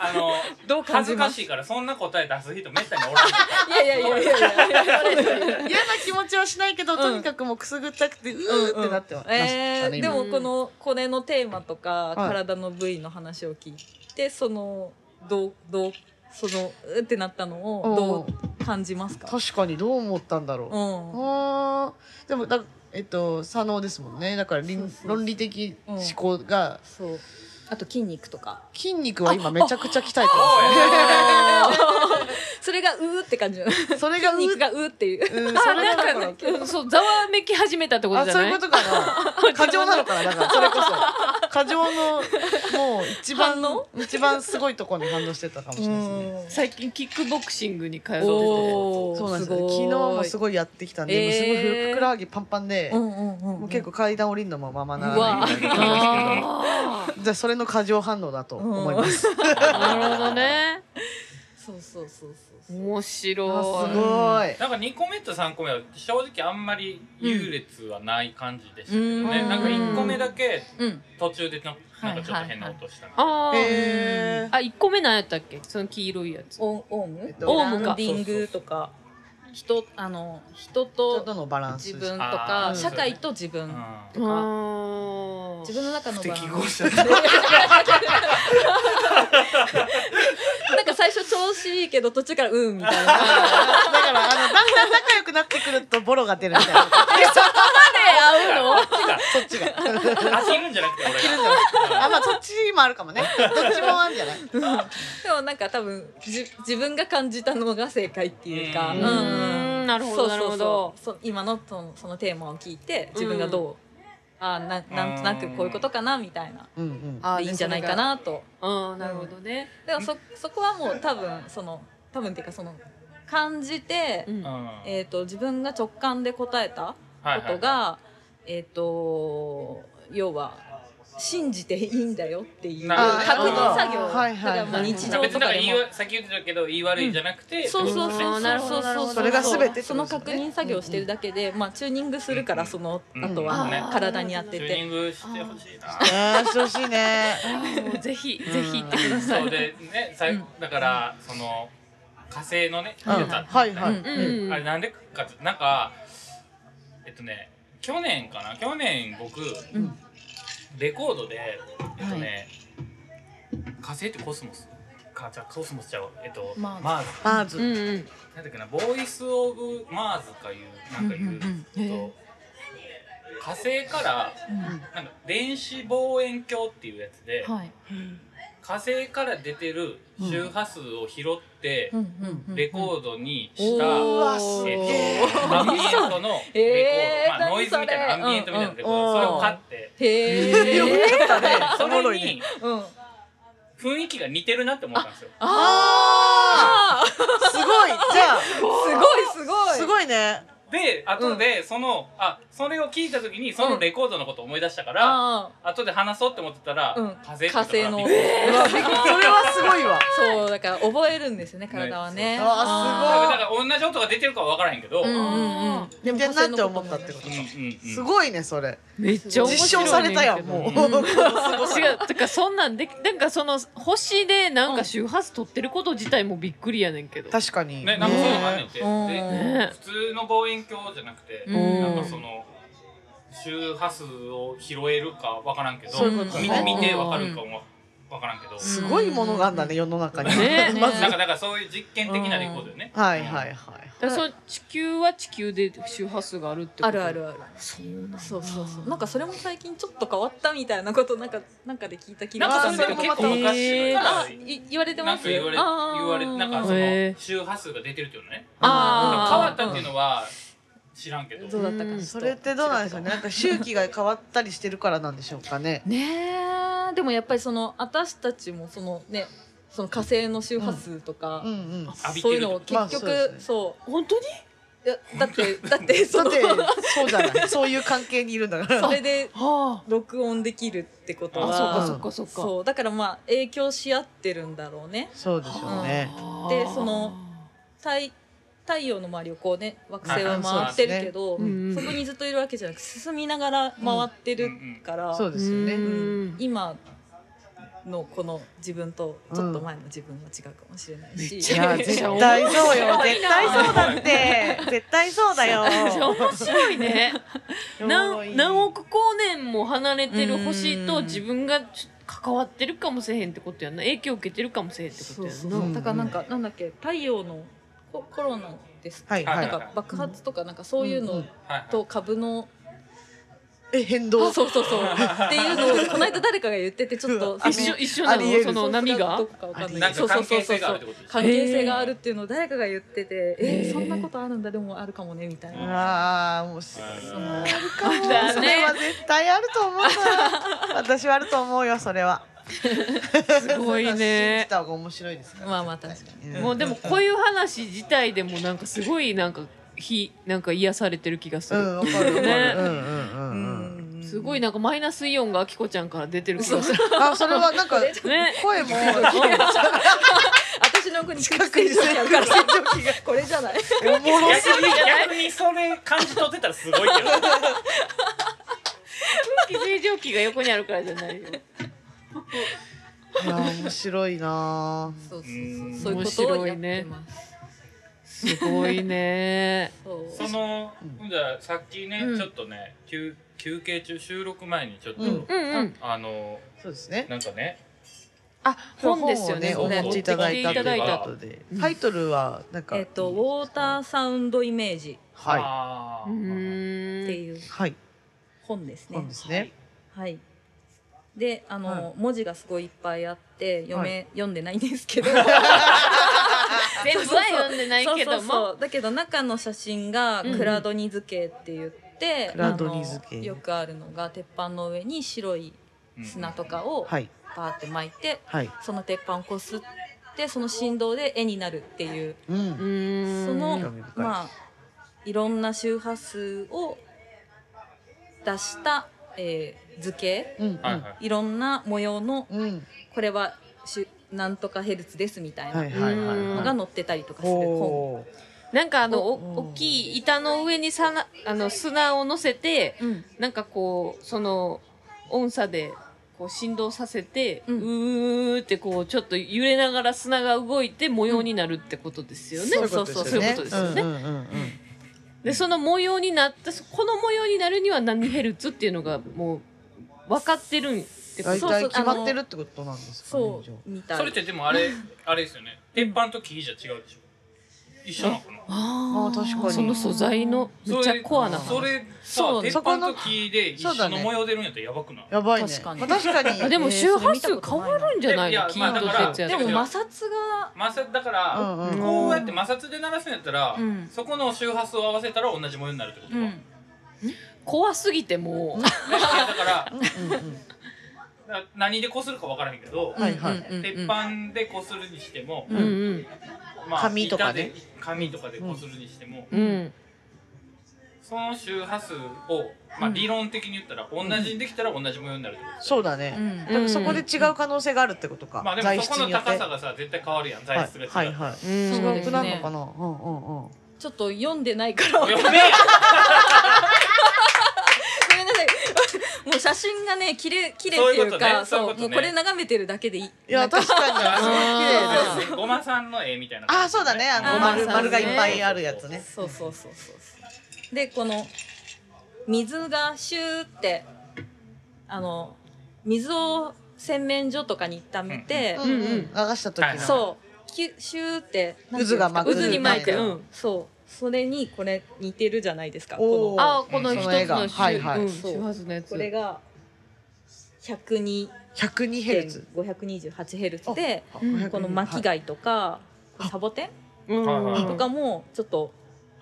Speaker 4: あの
Speaker 3: *laughs* どう感
Speaker 4: 恥
Speaker 3: じ
Speaker 4: ず
Speaker 3: ま
Speaker 4: か
Speaker 3: す
Speaker 4: しいからそんな答え出す人めったにおらん
Speaker 3: い *laughs* やいやいやいやいや
Speaker 2: 嫌な気持ちはしないけど
Speaker 3: うん
Speaker 2: とにかくもうくすぐったくて
Speaker 3: うん
Speaker 2: うーってなっては
Speaker 3: えーで
Speaker 2: 今
Speaker 3: もこのこれのテーマとか
Speaker 2: はい
Speaker 3: 体の部位の話を聞いてそのどうどうそのうってなったのをど
Speaker 2: うん
Speaker 3: う感じますか、
Speaker 2: 確かにどう思ったんだろう
Speaker 3: うん
Speaker 2: うーんでもだえっと左脳ですもんねだからりん
Speaker 3: そうそう
Speaker 2: 論理的思考が
Speaker 3: そうあと筋肉とか
Speaker 2: 筋肉は今めちゃくちゃ鍛えてま
Speaker 3: それがうーって
Speaker 2: *laughs*
Speaker 3: 感じ
Speaker 2: すそれがう
Speaker 3: 筋
Speaker 2: う
Speaker 3: 肉がうーっていう。
Speaker 2: んそれ
Speaker 1: あ
Speaker 2: が
Speaker 1: な
Speaker 2: だ
Speaker 1: ん
Speaker 2: か
Speaker 1: からねそうざわめき始めたってこと
Speaker 2: あ
Speaker 1: じゃ
Speaker 2: そう
Speaker 1: ないいう
Speaker 2: ことかな過剰なのかなだからそれこそ過剰のもう一番
Speaker 3: 反応
Speaker 2: 一番すごいとこに反応してたかもしれないですね
Speaker 1: 最近キックボクシングに通ってて
Speaker 3: おー
Speaker 2: そうなんです
Speaker 3: ご
Speaker 2: よ
Speaker 3: い
Speaker 2: 昨日もすごいやってきたんで、もうすご
Speaker 3: えー
Speaker 2: いふくらはぎパンパンで、
Speaker 3: うんうんうんうん
Speaker 2: もう結構階段降りるのもままな
Speaker 3: うわ
Speaker 1: あ
Speaker 2: じゃあそれの過剰反応だと思います、
Speaker 1: ーなるほどね
Speaker 3: そうそうそうそう
Speaker 1: 面白い
Speaker 2: あすごい、 *laughs*
Speaker 4: なんか2個目と3個目は正直あんまり優劣はない感じでしたけどね、
Speaker 3: うん
Speaker 4: なんか1個目だけ
Speaker 3: うん
Speaker 4: 途中でななんかちょっと変な音したな、
Speaker 1: あー、
Speaker 2: えー
Speaker 1: あ1個目何やったっけその黄色いやつ
Speaker 3: オンオウム
Speaker 2: えっと
Speaker 1: オウムか
Speaker 3: ブランディングとか人あの人
Speaker 2: 人
Speaker 3: と
Speaker 2: とのバランス
Speaker 3: 自分とか
Speaker 4: あー
Speaker 3: 社会と自分
Speaker 4: う
Speaker 3: とか
Speaker 1: あ
Speaker 3: 自分の中の
Speaker 4: ん、
Speaker 3: バランス
Speaker 4: 適合者
Speaker 3: なんか最初調子いいけど途中からうんみた
Speaker 1: *laughs*
Speaker 3: いな
Speaker 2: だからあのだんだん仲良くなってくるとボロが出るみたいな
Speaker 3: 会うの
Speaker 2: そっちが
Speaker 4: 飽きるんじゃなくて俺が
Speaker 2: *laughs* あまあそっちもあるかもね *laughs* どっちもあるんじゃない
Speaker 3: でもなんか多分じ自分が感じたのが正解っていうか
Speaker 1: ー
Speaker 4: うー
Speaker 1: う
Speaker 4: うん
Speaker 1: ーんなるほど
Speaker 3: そ
Speaker 1: な
Speaker 3: う
Speaker 1: る
Speaker 3: そう
Speaker 1: ほ
Speaker 3: そ
Speaker 1: ど
Speaker 3: うそう今のそのそのテーマを聞いて自分がどう、あーななんとなくこういうことかなみたいな
Speaker 2: うんうん
Speaker 1: あー
Speaker 3: でいいんじゃないかなと
Speaker 1: うんなるほどね
Speaker 3: でもそそこはもう多分その多分っていうかその感じて、
Speaker 1: うん
Speaker 4: うんはい
Speaker 3: えー、と自分が直感で答えた
Speaker 4: はい
Speaker 3: ことが、えっ、と要は信じていいんだよっていう
Speaker 4: なるほど
Speaker 3: 確認作業
Speaker 2: あーはいはい
Speaker 3: だからまあ日常
Speaker 4: 別
Speaker 3: と
Speaker 4: にな
Speaker 3: か
Speaker 4: んか
Speaker 3: で
Speaker 4: 言い
Speaker 3: も
Speaker 4: わさっき言ってたけど言い悪いじゃなくて、
Speaker 3: そうそうそう
Speaker 1: あ
Speaker 3: そ
Speaker 1: ー
Speaker 3: う
Speaker 1: なるほど
Speaker 3: そう
Speaker 1: なるほ
Speaker 3: う
Speaker 1: ど
Speaker 3: う
Speaker 1: それが全て
Speaker 2: ってことです
Speaker 3: そ
Speaker 2: よ
Speaker 3: の
Speaker 2: ね
Speaker 3: 確認作業をしてるだけで、まあチューニングするからその
Speaker 4: うん
Speaker 3: あとは、
Speaker 4: うん
Speaker 3: ね体に当
Speaker 4: チ
Speaker 3: て
Speaker 4: ューニ
Speaker 3: て
Speaker 4: ングしてほしいな
Speaker 2: あーしてほしいね
Speaker 1: あーもうぜひぜひ行ってください
Speaker 4: そうでねさいだからその火星のね
Speaker 2: うん
Speaker 4: やつあった
Speaker 2: はいはい、
Speaker 3: うん
Speaker 1: うん
Speaker 4: あれなんでかってなんかえっとね去年かな去年僕
Speaker 3: うん
Speaker 4: レコードでえっとね、火星ってコスモスかじゃあコスモスちゃうわえっと
Speaker 3: マーズ
Speaker 4: マーズ
Speaker 2: マーズ、
Speaker 1: うんうん
Speaker 4: なんだっけなボイス・オブ・マーズかいうなんかいう,、
Speaker 3: うんうん
Speaker 1: うんへ
Speaker 4: と火星からなんか電子望遠鏡っていうやつで、
Speaker 3: はい
Speaker 4: 火星から出てる周波数を拾って
Speaker 3: うんうんうん
Speaker 4: レコードにした、
Speaker 2: うわすげ
Speaker 4: え
Speaker 2: え
Speaker 4: っと、アンビエントのレコード、
Speaker 3: えー
Speaker 4: まあ、ノイズみたいな
Speaker 3: 何それ
Speaker 4: アンビエントみたいなレコード、それを買って、
Speaker 3: へ
Speaker 2: よ
Speaker 3: え、
Speaker 2: かったね
Speaker 4: *laughs*
Speaker 3: *laughs*
Speaker 4: そ
Speaker 2: おもろ
Speaker 4: れ
Speaker 2: いね
Speaker 4: に
Speaker 3: うん、あ
Speaker 4: 雰囲気が似てるなって思ったんですよ。
Speaker 2: あ
Speaker 3: あ
Speaker 2: ーすごいじゃ
Speaker 3: すごいすご
Speaker 2: あ
Speaker 3: い
Speaker 2: すごいね
Speaker 4: で、後で、その、あ、それを聞いた時に、そのレコードのことを思い出したから、
Speaker 3: あ
Speaker 4: 後で話そうって思ってたら、
Speaker 3: うん
Speaker 4: 風邪って言ったか
Speaker 3: 火
Speaker 4: ら
Speaker 3: 星の
Speaker 4: びっくりして
Speaker 2: うわびっくりそれはすごいわ
Speaker 3: あそうだから覚えるんですよね体はね
Speaker 4: ね
Speaker 2: そうあ
Speaker 4: だから同じ音が出てるかは分からへんけど、
Speaker 3: う
Speaker 4: うんんう
Speaker 3: う
Speaker 4: ん
Speaker 3: んうん
Speaker 2: でも
Speaker 3: 火星のこも
Speaker 2: ってなって思ったってこと
Speaker 4: うん
Speaker 2: すごいねそれ
Speaker 1: めっちゃ面
Speaker 2: 実
Speaker 1: 白い
Speaker 2: 証されたやんもう、
Speaker 4: 面白
Speaker 1: 違うてかそんなんでなんかその星でなんか周波数取ってること自体もびっくりやねんけど
Speaker 2: *laughs* 確かに
Speaker 4: ね、なんかそういうのがあんねんて、
Speaker 1: ね
Speaker 4: で普通の望遠鏡じゃなくて、
Speaker 3: うん
Speaker 4: なんかその周波数を拾えるか分からんけど
Speaker 2: そういうこと
Speaker 4: み
Speaker 2: ね
Speaker 4: 見て分かるかも分からんけど、
Speaker 2: すごいものがあんだね世の中に、
Speaker 1: ね
Speaker 2: *laughs* まず
Speaker 4: なんかだからそういう実験的なレコードよね、
Speaker 2: はいはいはい
Speaker 1: だからその地球は地球で周波数があるってこと
Speaker 3: あるあるある
Speaker 1: そうなんだ
Speaker 3: そうそうそうなんかそれも最近ちょっと変わったみたいなことなんかなんかで聞いた気
Speaker 4: な
Speaker 3: が
Speaker 4: ん
Speaker 3: し
Speaker 4: か
Speaker 3: た
Speaker 4: そ
Speaker 3: ん
Speaker 4: れ
Speaker 3: だ
Speaker 4: で
Speaker 3: け
Speaker 4: も
Speaker 3: ど
Speaker 4: 結構昔から
Speaker 3: あい言われて
Speaker 4: な
Speaker 3: ま
Speaker 4: ん
Speaker 3: す
Speaker 4: か言われ
Speaker 3: あー
Speaker 4: 言われなんかそ
Speaker 1: へー
Speaker 4: の周波数が出てるっていうのね変
Speaker 1: あー
Speaker 4: わったっていうのは知らんけど、
Speaker 3: どうだったかちょ
Speaker 1: う
Speaker 3: っ
Speaker 1: ん
Speaker 3: と
Speaker 2: それってどうなんでしょうねなんか周期が変わったりしてるからなんでしょうかね
Speaker 3: ねえでもやっぱりその私たちもそのねその火星の周波数とか、
Speaker 2: うんうん
Speaker 4: 浴び
Speaker 3: そうい
Speaker 4: て
Speaker 3: う
Speaker 4: る
Speaker 3: のを
Speaker 4: と
Speaker 3: 結局、
Speaker 2: まあそうですね
Speaker 3: そう
Speaker 1: 本当に
Speaker 3: いや
Speaker 2: *laughs*
Speaker 3: だってだって
Speaker 2: だ
Speaker 3: そ
Speaker 2: っ
Speaker 3: の
Speaker 2: てそうじゃないそういう関係にいるんだから
Speaker 3: *laughs* それで
Speaker 1: は
Speaker 3: 録音できるってこと
Speaker 1: あ。
Speaker 3: は
Speaker 1: あ、そっかそっかそっか。
Speaker 3: そうだからまあ影響し合ってるんだろうね
Speaker 2: そうでしょうね
Speaker 1: あー
Speaker 3: でその太太陽のまあ旅行ね惑星は回ってるけど
Speaker 2: あ
Speaker 3: そ,、
Speaker 2: そうで
Speaker 1: ね
Speaker 2: す
Speaker 3: こにずっといるわけじゃなく進みながら回ってるから、
Speaker 2: そうですよ
Speaker 1: う
Speaker 2: ね
Speaker 1: ん
Speaker 3: 今のこの自分とちょっと前の自分は違うかもしれないし、
Speaker 2: いや絶
Speaker 1: ゃ面
Speaker 2: 対そうよ
Speaker 1: 白い
Speaker 2: 絶
Speaker 1: な
Speaker 2: 対そうだって絶対そうだよ
Speaker 1: 面白いね。何何億光年も離れてる星と
Speaker 3: うん
Speaker 1: 自分がちょ関わってるかもしれへんってことやんな影響受けてるかもしれへんってこと
Speaker 3: そう
Speaker 1: やん
Speaker 3: *laughs* そ
Speaker 1: な
Speaker 3: う
Speaker 2: うん
Speaker 3: だからなんかなんだっけ太陽のココロナですか、
Speaker 2: はい
Speaker 4: は
Speaker 2: はい
Speaker 3: なんか爆発とかなんかそういう
Speaker 2: うんう
Speaker 3: の
Speaker 2: ん
Speaker 4: はい
Speaker 3: と株の、
Speaker 2: え変動
Speaker 3: そうそうそうっていうのをこの間誰かが言っててちょっと
Speaker 2: うん
Speaker 1: 一緒一緒
Speaker 2: あ
Speaker 1: な
Speaker 2: り
Speaker 1: の
Speaker 2: える
Speaker 1: その波が
Speaker 3: どこかわかんな
Speaker 4: ないん
Speaker 3: けど
Speaker 4: か関係性があるってことです
Speaker 3: 関係性があるっていうのを誰かが言ってて、え
Speaker 1: へー
Speaker 3: ーそんなことあるんだでもあるかもねみたいな。
Speaker 2: ああ面白い
Speaker 4: そ
Speaker 3: の
Speaker 2: あるかも
Speaker 1: だね
Speaker 2: それは絶対あると思うな私はあると思うよそれは
Speaker 1: *laughs* すごい
Speaker 2: 信
Speaker 1: ね
Speaker 2: じた方が面白いですから
Speaker 3: まあまあ
Speaker 2: 絶対
Speaker 1: もうでもこういう話自体でもなんかすごいなんかひなんか癒されてる気がす
Speaker 2: う
Speaker 1: る、
Speaker 2: んわかるわかる
Speaker 1: ね
Speaker 2: うんうんうんうん
Speaker 1: すごいなんかマイナスイオンがあきこちゃんから出てる気がする *laughs*
Speaker 2: あそれはなんか
Speaker 1: ね
Speaker 2: 声も
Speaker 3: 私の横に
Speaker 2: 近
Speaker 3: 近
Speaker 2: く
Speaker 3: く
Speaker 2: に
Speaker 3: に
Speaker 2: する
Speaker 3: るからこれじゃない。
Speaker 2: おもろす
Speaker 4: 逆に逆にそれ感じ取ってたらすごいけど
Speaker 1: 空気清浄機が横にあるからじゃないよ
Speaker 2: いや面白いな
Speaker 3: *laughs* そうそう
Speaker 4: うん
Speaker 3: そう。そういうことをやってます。
Speaker 1: すごいね
Speaker 3: そう
Speaker 4: その
Speaker 2: う
Speaker 4: じゃあさっきね、
Speaker 1: うん
Speaker 4: ちょっとね休休憩中収録前にちょっと、
Speaker 2: うん
Speaker 1: うんうん
Speaker 4: あの
Speaker 2: そうですね
Speaker 4: なんかね
Speaker 1: あ本ですよね
Speaker 2: 本をねお持ちいただいたと
Speaker 4: お持ち
Speaker 2: い
Speaker 4: いうただいた
Speaker 2: ことでタイトルはなんか
Speaker 3: えっとウォーターサウンドイメージ
Speaker 2: は
Speaker 4: あ
Speaker 1: う
Speaker 4: ー
Speaker 1: ん
Speaker 3: っていう
Speaker 2: いはい
Speaker 3: 本ですね
Speaker 2: 本。ですね
Speaker 3: はい。で、あの、
Speaker 2: は
Speaker 3: 文字がすごいいっぱいあって読め、読んでないんです *laughs* けど。
Speaker 1: 全部は読んでないけども
Speaker 3: そうそうそうだけど中の写真が
Speaker 1: うん
Speaker 3: クラドニ図形って言って、
Speaker 2: クラドニ図形
Speaker 3: あのよくあるのが鉄板の上に白い
Speaker 4: うん
Speaker 3: 砂とかを
Speaker 2: はい
Speaker 3: バーって巻いて
Speaker 2: はい
Speaker 3: その鉄板をこすってその振動で絵になるっていう
Speaker 2: う
Speaker 1: うんーん
Speaker 3: その
Speaker 2: 興味深い
Speaker 3: まあいろんな周波数を出した、えー図形
Speaker 2: うん
Speaker 4: はいはい
Speaker 3: いろんな模様の
Speaker 2: うん
Speaker 3: これはしゅなんとかヘルツですみたい
Speaker 2: はい
Speaker 3: な
Speaker 2: はいは
Speaker 1: うん
Speaker 2: い
Speaker 3: の
Speaker 2: は
Speaker 3: が
Speaker 2: い
Speaker 3: 載ってたりとかする本。
Speaker 2: おー
Speaker 1: なんかあのお
Speaker 2: お
Speaker 1: 大きい板の上にさなあの砂を乗せて
Speaker 3: うん
Speaker 1: なんかこうその音差でこう振動させて、う
Speaker 3: うん
Speaker 1: ーってこうちょっと揺れながら砂が動いて模様になるってことですよね。
Speaker 3: そうそうそう
Speaker 1: そういうことですよね。
Speaker 2: んうんうんうん
Speaker 1: でその模様になったそこの模様になるには何ヘルツっていうのがもう分かってるんってこ
Speaker 2: 大
Speaker 1: と
Speaker 3: そう
Speaker 2: 体決まってるってことなんですかね
Speaker 3: そ
Speaker 2: じゃあ
Speaker 3: うみたい
Speaker 4: それってでもあれあれですよね鉄板と木じゃ違うでしょ一緒なのかな
Speaker 1: あー
Speaker 2: あー確かに
Speaker 1: その素材のめっちゃコアな
Speaker 4: そ
Speaker 1: 話。
Speaker 4: れ
Speaker 3: そう
Speaker 4: さ鉄板と木で一
Speaker 2: そうだ
Speaker 4: 緒の
Speaker 2: ね
Speaker 4: 模様出るんやったらやばくない
Speaker 2: やばいね
Speaker 3: 確かに
Speaker 2: まあ確かに
Speaker 1: あでも周波数変わるんじゃない
Speaker 4: いや
Speaker 1: の？
Speaker 4: いや
Speaker 1: 金
Speaker 4: まあ
Speaker 1: と
Speaker 4: だから
Speaker 1: 鉄や
Speaker 3: で
Speaker 1: と
Speaker 3: も摩擦が
Speaker 4: 摩擦だから、
Speaker 2: うんうん
Speaker 4: こうやって摩擦で鳴らすんやったら、
Speaker 3: うん
Speaker 4: そこの周波数を合わせたら同じ模様になるってことか、
Speaker 3: う
Speaker 4: いや
Speaker 3: ん
Speaker 1: 怖すぎてもう。
Speaker 4: だから
Speaker 2: うんうんうん
Speaker 4: な何でこするか分からへんけど、
Speaker 2: はいはい
Speaker 3: うんうんうん
Speaker 4: 鉄板でこするにしても、
Speaker 1: うんうん
Speaker 4: まあ
Speaker 2: 紙とかね
Speaker 4: 板で紙とかでこするにしても、
Speaker 1: うん
Speaker 4: その周波数を、まあ、理論的に言ったら同じにできたら同じ模様になるってこ
Speaker 2: そうだ
Speaker 3: う
Speaker 2: ねだ
Speaker 3: ん
Speaker 2: からそこで違う可能性があるってこと
Speaker 4: と、
Speaker 2: か
Speaker 4: まあで
Speaker 2: 材
Speaker 4: も
Speaker 2: 質
Speaker 4: そこの
Speaker 2: によって
Speaker 4: 高さがさ絶対変わるやん材質が違う、
Speaker 2: はいはいはい
Speaker 1: うん
Speaker 3: そう
Speaker 2: 違
Speaker 3: で
Speaker 2: く
Speaker 3: す
Speaker 2: な
Speaker 3: ね
Speaker 2: るのかなうんうんうん
Speaker 3: ちょっと読んでないからごめん
Speaker 4: 読
Speaker 3: な
Speaker 4: めや
Speaker 3: さい *laughs* もう写真がね綺麗綺麗っていうか
Speaker 4: そうい
Speaker 3: そ
Speaker 4: うことねそういうことね
Speaker 3: うもうこれ眺めてるだけでいい
Speaker 2: いや
Speaker 3: なんか
Speaker 2: 確かに
Speaker 4: あ
Speaker 2: すごい綺麗です
Speaker 4: そうごまさんの絵みたいな
Speaker 2: あそうだねあの
Speaker 3: あー
Speaker 2: 丸
Speaker 3: そう
Speaker 2: 丸
Speaker 3: ね
Speaker 2: がいっぱいあるやつね
Speaker 3: そうそうそうそうそうでこの水がシューってあの水を洗面所とかに溜めて、
Speaker 2: うんう
Speaker 1: うんうん
Speaker 2: ん流した時
Speaker 4: はい
Speaker 2: の
Speaker 3: そうきシューってなんてい
Speaker 2: 渦
Speaker 3: うんです
Speaker 2: が
Speaker 3: か
Speaker 2: 巻
Speaker 1: く
Speaker 3: 渦に巻いて
Speaker 1: う
Speaker 3: うんんそうそれにこれ似てるじゃないですか
Speaker 2: おー
Speaker 3: この
Speaker 1: あこの一つ
Speaker 2: その絵が
Speaker 1: の周
Speaker 2: はいはい
Speaker 1: うん
Speaker 3: そう
Speaker 1: 周波数のやつ
Speaker 3: これが102
Speaker 2: 102ヘルツ
Speaker 3: 528Hz で
Speaker 1: うん
Speaker 3: この巻き貝とか、サボテン
Speaker 1: うん
Speaker 4: はいはい
Speaker 3: とかもちょっと、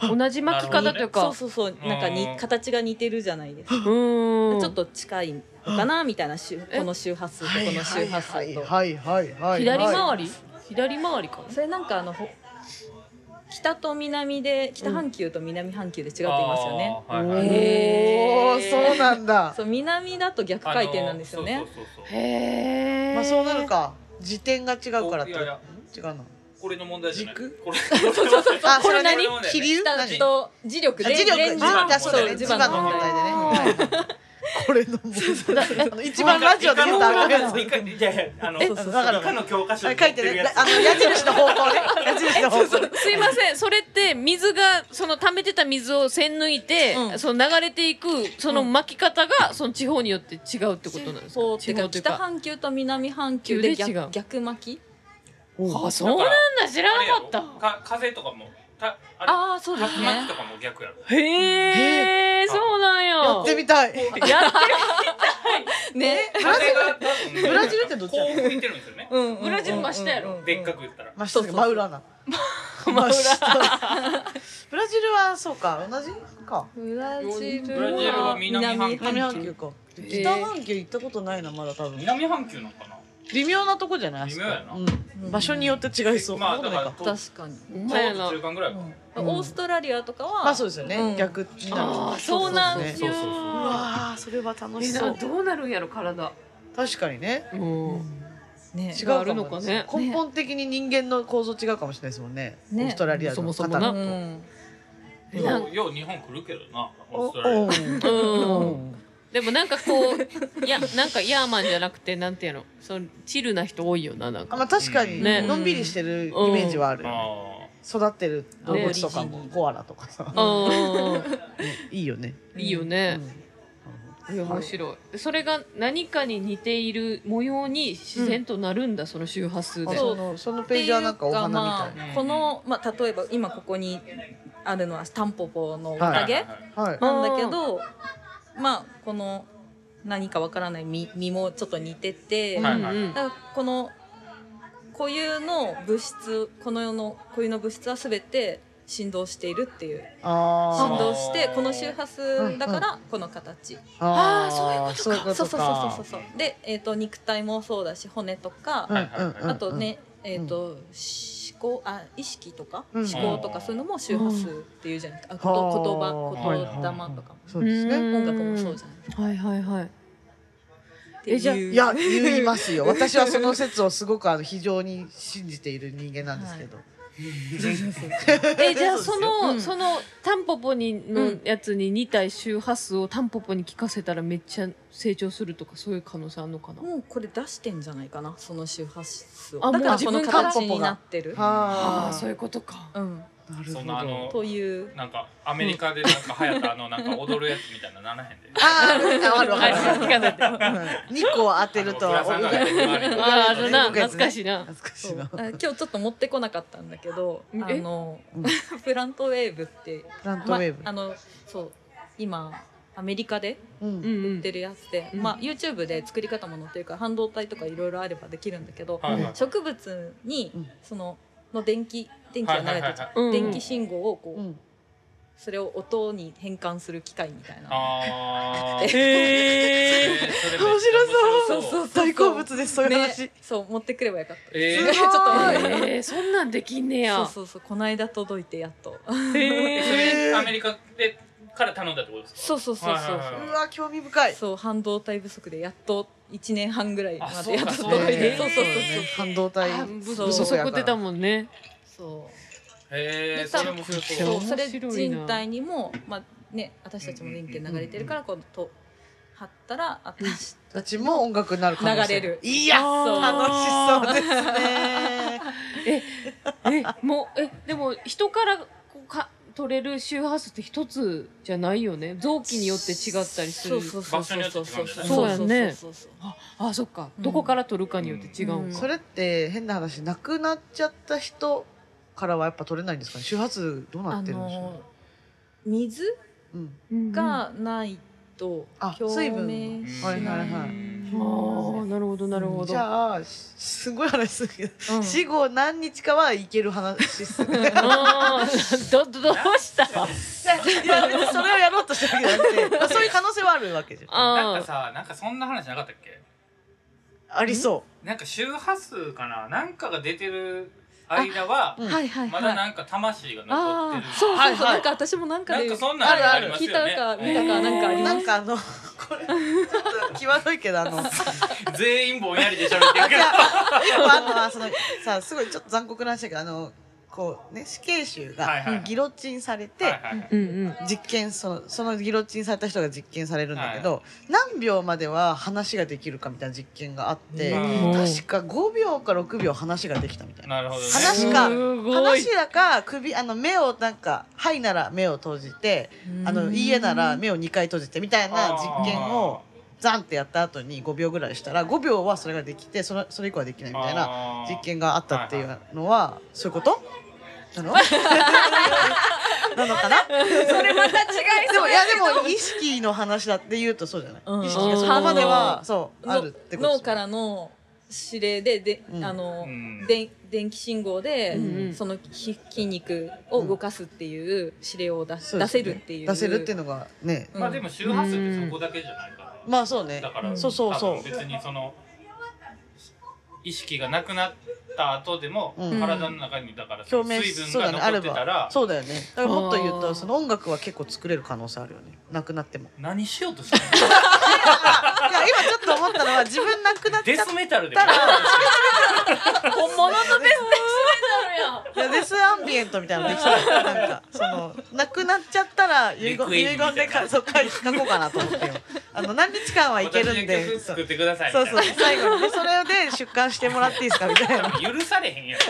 Speaker 1: 同じ巻き方という
Speaker 3: そう
Speaker 1: か
Speaker 3: そうそうなんかに
Speaker 4: うん
Speaker 3: 形が似てるじゃないですか、
Speaker 1: うん
Speaker 3: ちょっと近いのかなみたいな周この周波数とこの周波数と、
Speaker 2: はいはいはいはいはい
Speaker 1: 左回り左回りかな
Speaker 3: それなんかあのほ北と南で北半球と南半球で違っていますよね。
Speaker 4: あーはいはい
Speaker 1: へ
Speaker 2: おお
Speaker 1: へー
Speaker 2: そうなんだ
Speaker 3: そう南だと逆回転なんですよ
Speaker 4: あ
Speaker 3: ね
Speaker 4: の。そうそうそうそう
Speaker 1: へえ。
Speaker 2: まあそうなる。か時点が違うからって
Speaker 4: いやいや
Speaker 2: 違うの
Speaker 4: これの問題じゃない
Speaker 2: 軸
Speaker 4: これそうそうそう
Speaker 2: あ
Speaker 3: これ何
Speaker 2: そ気流
Speaker 3: 北
Speaker 2: 何
Speaker 3: と磁力
Speaker 2: あ
Speaker 3: で
Speaker 2: 磁力
Speaker 3: レンジ
Speaker 2: あ
Speaker 4: 磁
Speaker 2: あ
Speaker 4: 力
Speaker 2: そうだね
Speaker 4: 磁
Speaker 2: 磁
Speaker 4: 場
Speaker 2: 場の問題でねはいはいこれの問題あの一番ラジオで言ったらあかんやつ
Speaker 4: 理科いやいやあの
Speaker 2: え
Speaker 4: 理
Speaker 2: わかる
Speaker 4: 科の教科書
Speaker 2: あ
Speaker 4: に
Speaker 2: 書
Speaker 4: 載
Speaker 2: い
Speaker 4: って
Speaker 2: て
Speaker 4: る
Speaker 2: ね
Speaker 4: やつ
Speaker 2: あの矢印の方向ね矢印の方向
Speaker 1: すいませんそれって水がその溜めてた水を栓抜いて、
Speaker 3: うん
Speaker 1: その流れていくその巻き方がその地方によって違うってことなんですか
Speaker 3: そうて
Speaker 1: 地
Speaker 3: か
Speaker 1: 方という
Speaker 3: 北
Speaker 1: か
Speaker 3: 半球と南半球で
Speaker 1: 急で違う
Speaker 3: 逆逆巻き。
Speaker 1: あそうなんだ知らなかっ
Speaker 4: か風とかもたあ
Speaker 3: ああそう
Speaker 4: れ
Speaker 3: です
Speaker 4: 竜巻
Speaker 3: ね
Speaker 4: と。かも逆やろ
Speaker 1: たへえ
Speaker 4: へー
Speaker 1: そうなんや
Speaker 2: やってみたい
Speaker 1: やって
Speaker 3: ね。
Speaker 4: 風が多分
Speaker 2: ブラジルってどっちや
Speaker 4: こう吹いてるんですよね
Speaker 3: うんうん
Speaker 1: ブラジル真下やろ
Speaker 4: でっかく言ったら
Speaker 2: 真下
Speaker 3: そうそうそう
Speaker 2: 真裏な真下ブラジルはそうか同じか
Speaker 3: ブラジル
Speaker 1: ブラジル
Speaker 4: は南半球
Speaker 2: 南半球か
Speaker 1: ー
Speaker 2: 北半球行ったことないなまだ多分
Speaker 4: 南半球なのかな
Speaker 2: 微妙なとこじゃないあそこ
Speaker 4: 微妙やな
Speaker 2: うん場所によって違いそう
Speaker 4: ま
Speaker 2: そ
Speaker 4: あ
Speaker 2: んな
Speaker 4: だ
Speaker 2: ことないか
Speaker 4: からと
Speaker 3: 確かに。
Speaker 1: み
Speaker 4: ち
Speaker 1: た
Speaker 4: ょ
Speaker 1: や
Speaker 4: う
Speaker 1: な
Speaker 4: ど中間ぐらいか
Speaker 2: うん
Speaker 3: オーストラリアとかは。
Speaker 2: まあそうですよね、
Speaker 3: うん
Speaker 2: 逆になる
Speaker 1: あーそうなんですよ
Speaker 4: そうそうそう
Speaker 2: うわーそれは楽し
Speaker 1: え
Speaker 2: そ
Speaker 1: な
Speaker 2: う
Speaker 1: どうなるんやろ体
Speaker 2: 確かにね
Speaker 1: うん
Speaker 3: ね
Speaker 2: 違うかも
Speaker 1: あるのかね
Speaker 2: 根本的に人間の構造違うかもしれないですもんね
Speaker 3: ね
Speaker 2: オーストラリアの
Speaker 1: そも
Speaker 2: 方
Speaker 1: そ
Speaker 2: と
Speaker 1: もな
Speaker 3: う。
Speaker 1: うん
Speaker 4: らようよう日本来るけどな
Speaker 2: お
Speaker 4: オーストラリア
Speaker 2: おー
Speaker 1: うん
Speaker 2: うん
Speaker 1: でもなんかこういやなんかヤーマンじゃなくてなんていうのそのチルな人多いよななん
Speaker 2: あ
Speaker 1: か
Speaker 2: まあ確かに
Speaker 1: ね
Speaker 2: のんびりしてるイメージはある、
Speaker 4: あ
Speaker 2: 育ってる動物とかも
Speaker 3: ね
Speaker 2: コアラとかさ、
Speaker 1: う
Speaker 2: いいよね、
Speaker 1: んいいよね
Speaker 2: うん
Speaker 1: いや面白いそれが何かに似ている模様に自然となるんだ、その周波数
Speaker 2: あ
Speaker 1: で
Speaker 2: そのそのページはなんかお花みたい
Speaker 3: ってうか
Speaker 2: な、
Speaker 3: ま
Speaker 4: う
Speaker 3: あ
Speaker 4: ん
Speaker 3: このまあ例えば今ここにあるのはタンポポのお
Speaker 4: あ
Speaker 3: かげ
Speaker 2: はい
Speaker 3: なんだけど、まあこの何かわからない実実もちょっと似てて、
Speaker 1: うん
Speaker 4: はい
Speaker 1: うん
Speaker 3: だからこの固有の物質この世の固有の物質は全て振動しているっていう振
Speaker 2: あ
Speaker 3: 動してこの周波数だからこの形、
Speaker 2: ー
Speaker 1: あ
Speaker 2: あ
Speaker 1: ー
Speaker 2: そういうことか
Speaker 3: そうそうそうそうそうで、えー、と肉体もそうだし骨とか、
Speaker 2: うんうんうん
Speaker 3: あとね、えーと思考あ意識とか、
Speaker 2: うん
Speaker 3: 思考とかそういうのも周波数っていうじゃないですか、あこと言
Speaker 2: は
Speaker 3: 葉
Speaker 2: い
Speaker 3: 言霊とかも、
Speaker 2: そうです
Speaker 1: う
Speaker 2: ね
Speaker 1: ん
Speaker 3: 音楽もそうじゃな
Speaker 1: は
Speaker 3: い
Speaker 1: いはいはい
Speaker 3: ってい
Speaker 1: え
Speaker 3: う
Speaker 1: じゃあ
Speaker 2: いや言いますよ私はその説をすごくあの非常に信じている人間なんですけど、
Speaker 1: えじゃあその、
Speaker 3: うん
Speaker 1: そのタンポポにの
Speaker 3: うん
Speaker 1: やつに似た周波数をタンポポに聞かせたらめっちゃ成長するとかそういう可能性あるのかな、
Speaker 3: もうこれ出してんじゃないかなその周波数
Speaker 1: あ
Speaker 3: をだか
Speaker 1: もう
Speaker 3: ら
Speaker 1: 自
Speaker 3: こ
Speaker 1: 分
Speaker 3: の
Speaker 1: から
Speaker 3: 形になってる、
Speaker 1: あ
Speaker 2: は
Speaker 1: あ
Speaker 2: あ
Speaker 1: そういうことか
Speaker 3: うん、
Speaker 2: なる
Speaker 4: そ
Speaker 2: ほ
Speaker 4: んなあの
Speaker 2: ど
Speaker 3: という
Speaker 4: なんかアメリカでなんか流行ったあのなんか踊るやつみたいなのならへんで
Speaker 2: あーあるあるある
Speaker 1: 聞かせて *laughs* あ
Speaker 2: 二個当てると
Speaker 4: あのブラサンが
Speaker 2: お
Speaker 4: 出てくるあれ
Speaker 1: ああるな
Speaker 2: 僕や
Speaker 1: 懐
Speaker 2: つね
Speaker 1: かしいな
Speaker 2: 懐かし
Speaker 3: そ
Speaker 2: いうな
Speaker 3: あ今日ちょっと持ってこなかったんだけどあ
Speaker 1: え
Speaker 3: の
Speaker 2: うん
Speaker 3: *laughs* プラントウェーブって
Speaker 2: プラントウェーブ、
Speaker 3: まあのそう今アメリカで
Speaker 2: う、
Speaker 1: うんんう
Speaker 3: 売っ
Speaker 1: ん
Speaker 3: てるやつで、
Speaker 1: うん
Speaker 3: まあ、YouTube で作り方も載ってるから半導体とかいろいろあればできるんだけど、
Speaker 4: はいはい
Speaker 3: 植物に
Speaker 2: うん
Speaker 3: そのの電気電気が流れてるじゃん
Speaker 1: はいはいはい
Speaker 4: はい
Speaker 1: うん
Speaker 3: 電気信号をこう、
Speaker 2: うん、
Speaker 3: それを音に変換する機械みたいな。
Speaker 4: あ
Speaker 3: *laughs*
Speaker 4: ー
Speaker 1: へ
Speaker 4: え
Speaker 1: え
Speaker 4: ーそれめっちゃ
Speaker 2: 面白そ
Speaker 4: 面白
Speaker 2: う
Speaker 4: そう
Speaker 2: 大好物ですそういう
Speaker 3: ね
Speaker 2: 話、、
Speaker 3: そう持ってくればよかった。
Speaker 4: え
Speaker 3: *laughs*
Speaker 4: ー
Speaker 3: ちょっと待って
Speaker 1: えー、そんなんできんね
Speaker 3: そう
Speaker 1: や
Speaker 3: そうそうこの間届いてやっと。
Speaker 1: へ
Speaker 4: そ
Speaker 1: え
Speaker 4: れアメリカでから頼んだってことですか
Speaker 3: そうそうそうそう
Speaker 4: はいはいは
Speaker 2: うわ興味深い
Speaker 3: そう半導体不足でやっと一年半ぐらいま
Speaker 4: あ
Speaker 3: でやっと
Speaker 4: そうか
Speaker 3: 届い
Speaker 1: へー
Speaker 3: てそうそうそう
Speaker 2: 半導体
Speaker 1: あ
Speaker 3: う
Speaker 1: ぶ
Speaker 3: そう
Speaker 1: 不足出たもんね
Speaker 3: そう
Speaker 4: へえ
Speaker 3: で
Speaker 4: それ面白
Speaker 1: いや
Speaker 4: そう
Speaker 3: そうそれ
Speaker 1: 面白いな
Speaker 3: 人体にもまあね私たちも電気で流れてるからこうと貼ったら私
Speaker 2: たちも音楽になる可能性
Speaker 3: 流れる
Speaker 2: いや
Speaker 1: そう
Speaker 2: 楽しそうです *laughs* ね
Speaker 1: えもうえでも人からこうか取れる周波数って一つじゃないよね臓器によって違ったりする
Speaker 3: そうそうそうそうそう
Speaker 4: 場所
Speaker 1: によって違うんだよね
Speaker 3: そうそうそうそう
Speaker 1: ああそっか、
Speaker 3: うん
Speaker 1: どこから取るかによって違うんか、
Speaker 2: それって変な話なくなっちゃった人からはやっぱ取れないんですかね周波数どうな
Speaker 3: あ
Speaker 2: ってるんでしょうね
Speaker 3: の水
Speaker 2: うん
Speaker 1: うん
Speaker 3: がないと
Speaker 2: あ
Speaker 3: 共
Speaker 2: 水分
Speaker 3: 鳴し
Speaker 2: はいはい
Speaker 3: な
Speaker 2: はい
Speaker 3: い
Speaker 1: あーなるほどなるほど、
Speaker 2: じゃあしすごい話するけ
Speaker 3: *laughs*
Speaker 2: ど、
Speaker 3: うん
Speaker 2: *laughs* 死後何日かはいける話っすねい
Speaker 1: あーどどどうした
Speaker 2: や別にそれをやろうとしたわけじゃなくて、まあ、そういう可能性はあるわけじゃん
Speaker 4: なんか
Speaker 1: あ
Speaker 4: さなんかそんな話なかったっけ
Speaker 2: ありそ
Speaker 4: なんか周波数かななんかが出てる間は
Speaker 2: うん
Speaker 1: はいはい
Speaker 4: ま
Speaker 1: は
Speaker 4: だ
Speaker 1: い。
Speaker 4: なんか魂が残って
Speaker 1: あ
Speaker 4: る
Speaker 1: あ、そう
Speaker 2: は
Speaker 1: そ
Speaker 2: い
Speaker 1: そ、
Speaker 2: うはいう
Speaker 1: なんか私もなんかで。
Speaker 4: なんかそんなのあります
Speaker 1: 聞い
Speaker 4: よね
Speaker 1: たか、見たか、なんかあり
Speaker 2: な
Speaker 1: ま
Speaker 2: ん
Speaker 1: す。
Speaker 2: かあのこれちょっと際どいけどあの今
Speaker 4: 全員ぼんやりで喋ってるけど
Speaker 2: あのはそのさすごいちょっと残酷な話だけどあのこうね死刑囚
Speaker 4: はいはいは
Speaker 2: が
Speaker 4: い
Speaker 2: ギロチンされて、
Speaker 4: はいはいはい
Speaker 1: うんうん。
Speaker 2: 実験そのそのギロチンされた人が実験されるんだけど、何秒までは話ができるかみたいな実験があって、
Speaker 4: うん
Speaker 2: 確か5秒か6秒話ができたみたいな。
Speaker 4: なるほどね
Speaker 2: 話か
Speaker 1: すごい
Speaker 2: 話だか首あの目をなんか「はい」なら目を閉じて「あのいいえ」なら目を2回閉じてみたいな実験をザンってやった後に5秒ぐらいしたら5秒はそれができてそれそれ以降はできないみたいな
Speaker 4: あー
Speaker 2: 実験があったっていうのはそういうことなのなのかな
Speaker 3: それまた違い
Speaker 2: でもいやでも意識の話だって言うとそうじゃない、
Speaker 3: うん
Speaker 2: 意識がそこまではそうある *laughs* ってこと
Speaker 3: 脳からの指令でで、
Speaker 2: うん
Speaker 3: あの、
Speaker 4: うん
Speaker 3: で電気信号で、
Speaker 2: うん
Speaker 1: うん
Speaker 3: そのひ筋肉を動かすっていう指令を出,、
Speaker 2: そうで
Speaker 3: 出
Speaker 2: すね
Speaker 3: せるっていう
Speaker 2: 出せるっていうのがね
Speaker 3: うん
Speaker 4: まあでも周波数ってそこだけじゃないか
Speaker 2: まあそう
Speaker 4: ら
Speaker 2: ね
Speaker 4: だから
Speaker 2: そうそうそう
Speaker 4: 多分別にその意識がなくなった後でも
Speaker 2: うん
Speaker 4: 体の中にだからその
Speaker 2: 表面
Speaker 4: 水分
Speaker 2: そうだ
Speaker 4: が
Speaker 2: ねあ
Speaker 4: 残
Speaker 2: れ
Speaker 4: ってた
Speaker 2: ば
Speaker 4: ら
Speaker 2: そうだよねだからもっと言う
Speaker 1: あ
Speaker 2: と
Speaker 1: ー
Speaker 2: その音楽は結構作れる可能性あるよねなくな
Speaker 3: *laughs*
Speaker 2: っても
Speaker 4: 何しようとしてる
Speaker 2: *laughs* いや今ちょっと思ったのは自分なくなっ
Speaker 4: の
Speaker 2: ちゃ
Speaker 4: デ
Speaker 2: っ
Speaker 4: スメタルでも
Speaker 2: たら
Speaker 1: 本物のベス
Speaker 2: いやデスアンビエントみたいなのできそうなんかそのなくなっちゃったら遺言遺
Speaker 4: リクエイ
Speaker 2: 言
Speaker 4: トみた
Speaker 2: で
Speaker 4: いな
Speaker 2: かそう書い書こうかなと思ってよあの何日間はいけるん
Speaker 4: 私の
Speaker 2: で
Speaker 4: 曲
Speaker 2: そう
Speaker 4: 作ってくださいみ
Speaker 2: そう
Speaker 4: たいな
Speaker 2: そう最後にでそれで出版してもらっていいですかみたい
Speaker 4: *laughs*
Speaker 2: な
Speaker 4: 許されへんやん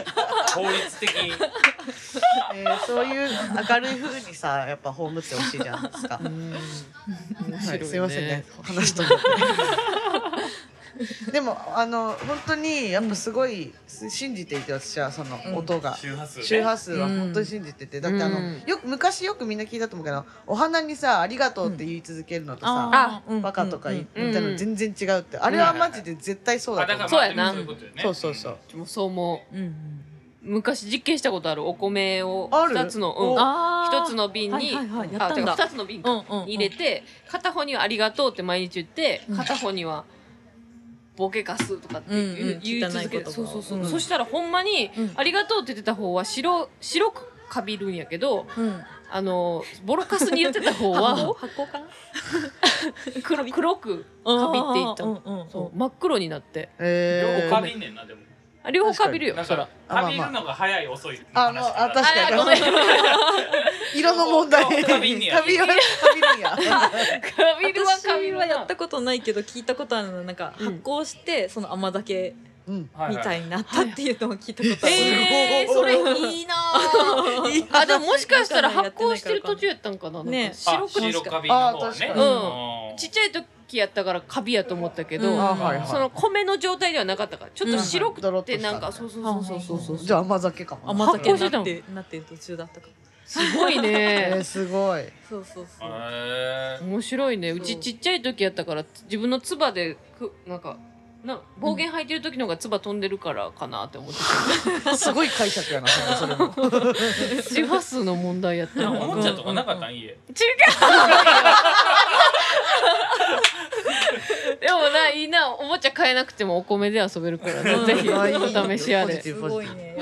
Speaker 4: 法律的に
Speaker 2: えーそういう明るい風にさやっぱ葬ってほしいじゃないですか。
Speaker 1: 白
Speaker 2: はい
Speaker 1: ね
Speaker 2: い、すいませんね話しとって。でもあの本当にやっぱすごい信じていて私はその
Speaker 3: うん
Speaker 2: 音が。
Speaker 4: 周波数ね
Speaker 2: 周波数は本当に信じてて、だってあの、
Speaker 1: うん
Speaker 2: よく昔よくみんな聞いたと思うけどお花にさ「ありがとう」って言い続けるのとさ
Speaker 3: あ
Speaker 2: 「
Speaker 3: ーうん
Speaker 2: バカ」とか言って
Speaker 1: うん
Speaker 2: みたいなの全然違うって、あれはマジで絶対そうだ
Speaker 4: あ
Speaker 2: と
Speaker 4: だ
Speaker 2: 思
Speaker 4: か
Speaker 2: う
Speaker 1: そ
Speaker 4: ら、
Speaker 1: う
Speaker 4: ま
Speaker 1: やな
Speaker 4: あでもそういうことよね
Speaker 2: そうそうそう
Speaker 1: トもうそう思う。
Speaker 3: うん
Speaker 1: 昔実験したことあるお米を
Speaker 2: ある
Speaker 1: 二つの、
Speaker 2: お
Speaker 1: うん、
Speaker 3: あー
Speaker 1: 一つの瓶に、
Speaker 3: はいはいはいやったんだ
Speaker 1: あてか二つの瓶か、
Speaker 3: うんうんうん
Speaker 1: 入れて片方にはありがとうって毎日言って、
Speaker 3: うん
Speaker 1: 片方にはボケかすとかって言,、
Speaker 3: うんうん
Speaker 1: 言い続け
Speaker 3: 汚い言葉
Speaker 1: て
Speaker 3: を
Speaker 1: そうそうそう、
Speaker 3: うん
Speaker 1: そしたらほんまに、
Speaker 3: うん
Speaker 1: ありがとうって言ってた方は白白くかびるんやけど
Speaker 3: うん
Speaker 1: あのボロカスに言ってた方は
Speaker 3: 発酵かな
Speaker 1: 黒黒くかびっていった
Speaker 3: うん
Speaker 1: の
Speaker 3: うんうん
Speaker 1: そう真っ黒になって
Speaker 2: え
Speaker 4: 両
Speaker 2: ー
Speaker 4: 方かびんねんなでも
Speaker 1: あ両方かびるよ
Speaker 4: なん
Speaker 1: そら
Speaker 4: かかびるのが早い遅いの
Speaker 2: あ
Speaker 4: 話
Speaker 2: もう
Speaker 4: だから
Speaker 2: あ確かに
Speaker 1: あごめん
Speaker 2: 色の問題
Speaker 4: カビんねや
Speaker 2: カビはカビるんや
Speaker 1: かびるは
Speaker 3: *laughs* 私
Speaker 1: かびる
Speaker 3: は
Speaker 1: な
Speaker 3: やったことないけど聞いたことあるのなんか
Speaker 1: うん
Speaker 3: 発酵して、その甘酒
Speaker 2: *laughs* うん
Speaker 4: はい
Speaker 3: み
Speaker 4: はい
Speaker 3: たいになったっていうのを聞いたことある、
Speaker 1: えー、それいいなぁあでももしかしたら発酵してる途中やったんかな
Speaker 3: ね
Speaker 1: なんか白く
Speaker 4: あ
Speaker 1: な
Speaker 4: 白
Speaker 1: っ
Speaker 4: カ
Speaker 1: た
Speaker 4: ビの方ね
Speaker 1: か
Speaker 2: あ確
Speaker 1: に
Speaker 4: うん
Speaker 1: ちっちゃい時やったからカビやと思ったけど、
Speaker 3: うん
Speaker 2: あはいはい
Speaker 1: その米の状態ではなかったからちょっと白くってなんか、
Speaker 2: うん
Speaker 1: そうそうそうそうそうそう
Speaker 2: じゃあ甘酒かも
Speaker 3: 甘酒に
Speaker 1: 発酵してた
Speaker 3: な
Speaker 1: の
Speaker 3: ってなってる途中だったから
Speaker 1: すごい
Speaker 2: え *laughs* ー、
Speaker 1: ね
Speaker 2: すごい
Speaker 3: そうそうそう
Speaker 4: へー
Speaker 1: 面白いねうちちっちゃい時やったから自分の唾でくなんかな暴言吐いてる時の方が唾飛んでるからかなって思って
Speaker 2: すごい解釈やなそれ *laughs* も
Speaker 1: た周波数の問題やった
Speaker 4: お
Speaker 1: の
Speaker 4: もちゃとかなかったん家
Speaker 1: 違う *laughs* でもないいなおもちゃ買えなくてもお米で遊べるからねぜひお試しあれ
Speaker 3: すごいね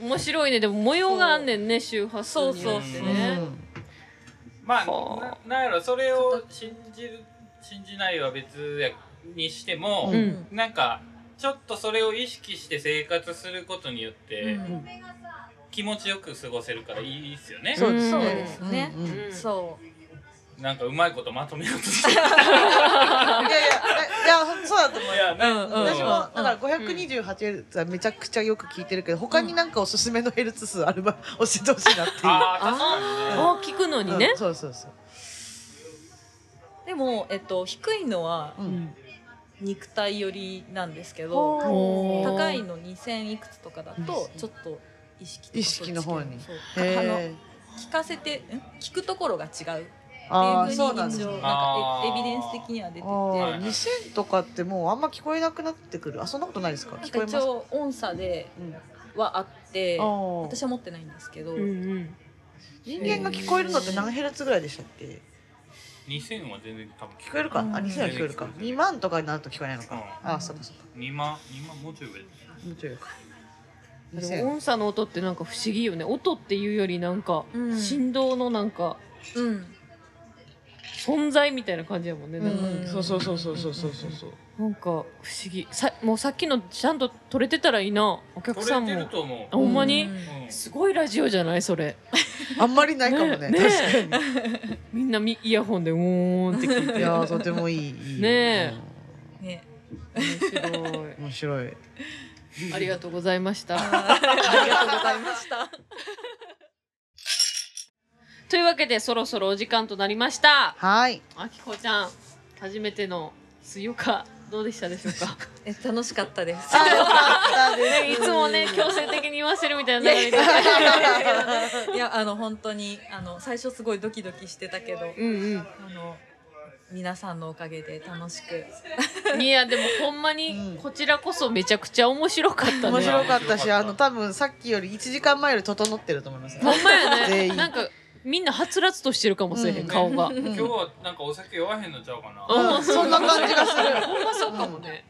Speaker 1: 面白いねでも模様があんねんね周波数によって
Speaker 3: そうそう
Speaker 4: そう
Speaker 1: ね
Speaker 4: ま
Speaker 1: は
Speaker 4: あななんやろそれを信じる信じないは別やにしても
Speaker 1: う、ん
Speaker 4: なんかちょっとそれを意識して生活することによって、
Speaker 3: うん
Speaker 4: 気持ちよく過ごせるからいいっすよね、
Speaker 2: そうですね
Speaker 3: そうですね
Speaker 2: うんうん
Speaker 1: うん
Speaker 3: そう
Speaker 4: なんかうまいことまとめようとして
Speaker 2: いやいやいやそうだと思う
Speaker 4: い
Speaker 2: よ
Speaker 4: やね、
Speaker 3: うんうん
Speaker 2: 私もだ
Speaker 3: うん
Speaker 2: から528ヘルツはめちゃくちゃよく聞いてるけど他になんかおすすめのヘルツ数あれば教えてほしいなって *laughs* いう
Speaker 4: ああ確かにね
Speaker 1: あ聞くのにね
Speaker 2: うん、そうそうそう
Speaker 3: でもえっと低いのは
Speaker 2: うん
Speaker 3: 肉体寄りなんですけど
Speaker 1: ほー
Speaker 3: 高いの2000いくつとかだとちょっと意識とか
Speaker 2: 意識の方に
Speaker 3: そうあの
Speaker 2: へ
Speaker 3: 聞かせてん聞くところが違うっていう
Speaker 2: ー
Speaker 3: ふ
Speaker 2: あ
Speaker 3: う
Speaker 2: ー
Speaker 3: に一
Speaker 2: そう
Speaker 3: 応
Speaker 2: な
Speaker 3: なんん
Speaker 2: ですね
Speaker 3: かエエビデンス的には出てて
Speaker 2: あ
Speaker 3: な
Speaker 2: ー
Speaker 3: ん
Speaker 4: い
Speaker 2: 2000とかってもうあんま聞こえなくなってくるあそんなことないですか聞こえ
Speaker 3: か
Speaker 2: ます
Speaker 3: 一応音差で
Speaker 2: うん
Speaker 3: はあって
Speaker 2: あー
Speaker 3: 私は持ってないんですけど、
Speaker 1: うんうん
Speaker 2: 人間が聞こえるのって何ヘルツぐらいでしたっけ
Speaker 4: 2000は全然多分
Speaker 2: 聞こえるか、
Speaker 3: うん
Speaker 2: あ2000は聞こえるか
Speaker 4: うん
Speaker 2: 2万とかになると聞こえないのか、
Speaker 4: うん
Speaker 2: ああそっかそっか
Speaker 4: 2万2万もうちょい上
Speaker 2: もうちょいか
Speaker 1: でも音差の音ってなんか不思議よね音っていうよりなんか
Speaker 3: うん
Speaker 1: 振動のなんか
Speaker 3: うん
Speaker 1: 存在みたいな感じやもんね、
Speaker 2: う
Speaker 1: なんか
Speaker 2: ん、そうそうそうそうそうそうそう
Speaker 1: なんか不思議さもうさっきのちゃんと取れてたらいいなお客さん
Speaker 4: 取れ
Speaker 1: も
Speaker 4: てると思
Speaker 1: あほんまに、
Speaker 3: うん
Speaker 4: う。うん
Speaker 1: すごいラジオじゃないそれ
Speaker 2: あんまりないかもね
Speaker 1: ね
Speaker 2: 確か
Speaker 1: みんなみイヤホンでうーんって聞い
Speaker 2: にい
Speaker 1: て
Speaker 2: やーとてもいいいい
Speaker 1: ね *laughs*
Speaker 3: ね
Speaker 1: 面白い
Speaker 2: うん面白い
Speaker 1: ありがとうございました
Speaker 3: あありがとうございました
Speaker 1: というわけでそろそろお時間となりました
Speaker 2: はい
Speaker 1: あきこちゃん初めての水曜かどうでしたでしょうか
Speaker 3: え楽しかったです
Speaker 2: あよかったで
Speaker 1: い
Speaker 2: す
Speaker 1: つもね強制的に言わせるみたいな流れで
Speaker 3: いやあの本当にあの最初すごいドキドキしてたけど
Speaker 1: うん
Speaker 3: あの皆さんのおかげで楽しく
Speaker 1: うんいやでもほんま
Speaker 2: う
Speaker 1: に
Speaker 2: ん
Speaker 1: こちらこそめちゃくちゃ面白かったね
Speaker 2: 面白かった
Speaker 4: 面白かっ
Speaker 2: したあの多分さっきより1時間前より整ってると思います
Speaker 1: ほんまや
Speaker 2: 全
Speaker 1: ね
Speaker 2: 員
Speaker 1: なんかみんなはつらつとしてるかもしれへん、
Speaker 2: うん
Speaker 1: 顔が
Speaker 2: うん
Speaker 4: 今日はなんかお酒酔わへんのちゃうかな。
Speaker 2: うんそんな感じがする
Speaker 1: ほんま *laughs* そうかもね。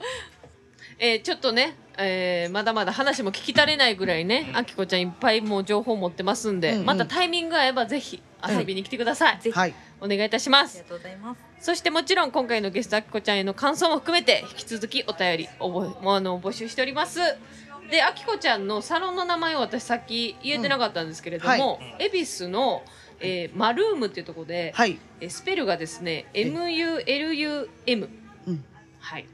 Speaker 1: えーちょっとね、えーまだまだ話も聞き足れないぐらいね、あきこちゃんいっぱいもう情報持ってますんで、
Speaker 2: うんうん
Speaker 1: またタイミング合えばぜひ遊びに来てください。
Speaker 3: ぜひ、
Speaker 2: はい
Speaker 1: お願いいたしま
Speaker 3: あり
Speaker 1: す
Speaker 3: が。とうございます
Speaker 1: そしてもちろん今回のゲストあきこちゃんへの感想も含めて、引き続きお便りおぼもうあの募集しております。で、あきこちゃんのサロンの名前を私さっき言えてなかったんですけれども、
Speaker 4: うんは
Speaker 1: 恵比寿の、えーマルームっていうところで、
Speaker 2: はい
Speaker 1: えースペルがですね、
Speaker 2: い
Speaker 1: MULUM。
Speaker 2: うん
Speaker 1: はい。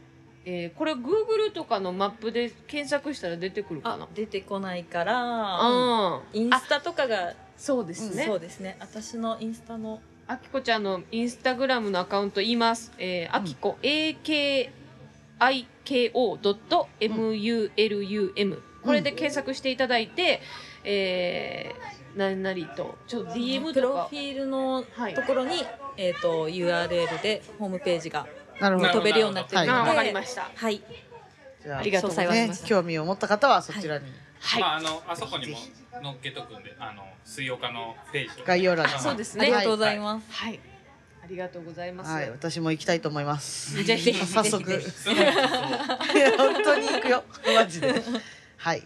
Speaker 1: えーこれ Google とかのマップで検索したら出てくるかな
Speaker 3: あ。出てこないから
Speaker 1: あ
Speaker 3: インスタとかが
Speaker 1: そうで
Speaker 2: う
Speaker 1: す
Speaker 2: ん
Speaker 1: ね
Speaker 3: そ。うですね私のインスタの
Speaker 1: あきこちゃんのインスタグラムのアカウント言います。えー、あきこ、akiko.mulum。これで検索していただいて、えー、何なりと、ちょっと DM
Speaker 3: プ
Speaker 1: と
Speaker 3: ロ
Speaker 1: か
Speaker 3: フ。ィールの
Speaker 1: はい
Speaker 3: ところに、えー、と URL でホームページが
Speaker 2: なるほ
Speaker 4: な
Speaker 2: ど
Speaker 3: 飛べるようになってるの
Speaker 1: あ
Speaker 3: で、
Speaker 1: ー、
Speaker 2: はい
Speaker 1: わかりました。
Speaker 3: はい、
Speaker 2: じゃ
Speaker 1: ありがとうござい
Speaker 3: 詳細は
Speaker 1: ま
Speaker 3: し
Speaker 2: ね
Speaker 3: ました
Speaker 2: 興味を持った方はそちらに
Speaker 1: す。はい
Speaker 4: ま。ああのあそこにも
Speaker 2: ぜひ
Speaker 4: 乗っけとくんで、あの水曜日のページとか。
Speaker 2: 概要欄に
Speaker 4: あ
Speaker 1: そうです
Speaker 3: あ
Speaker 1: ね。
Speaker 3: りがとうございます、
Speaker 1: はい。ありがとうございます。
Speaker 2: はい私も行きたいと思います
Speaker 1: *laughs* ぜひぜひ
Speaker 2: 早速
Speaker 1: ぜひぜ
Speaker 2: *laughs*
Speaker 4: すごいそう
Speaker 2: いや本当に行くよマジではい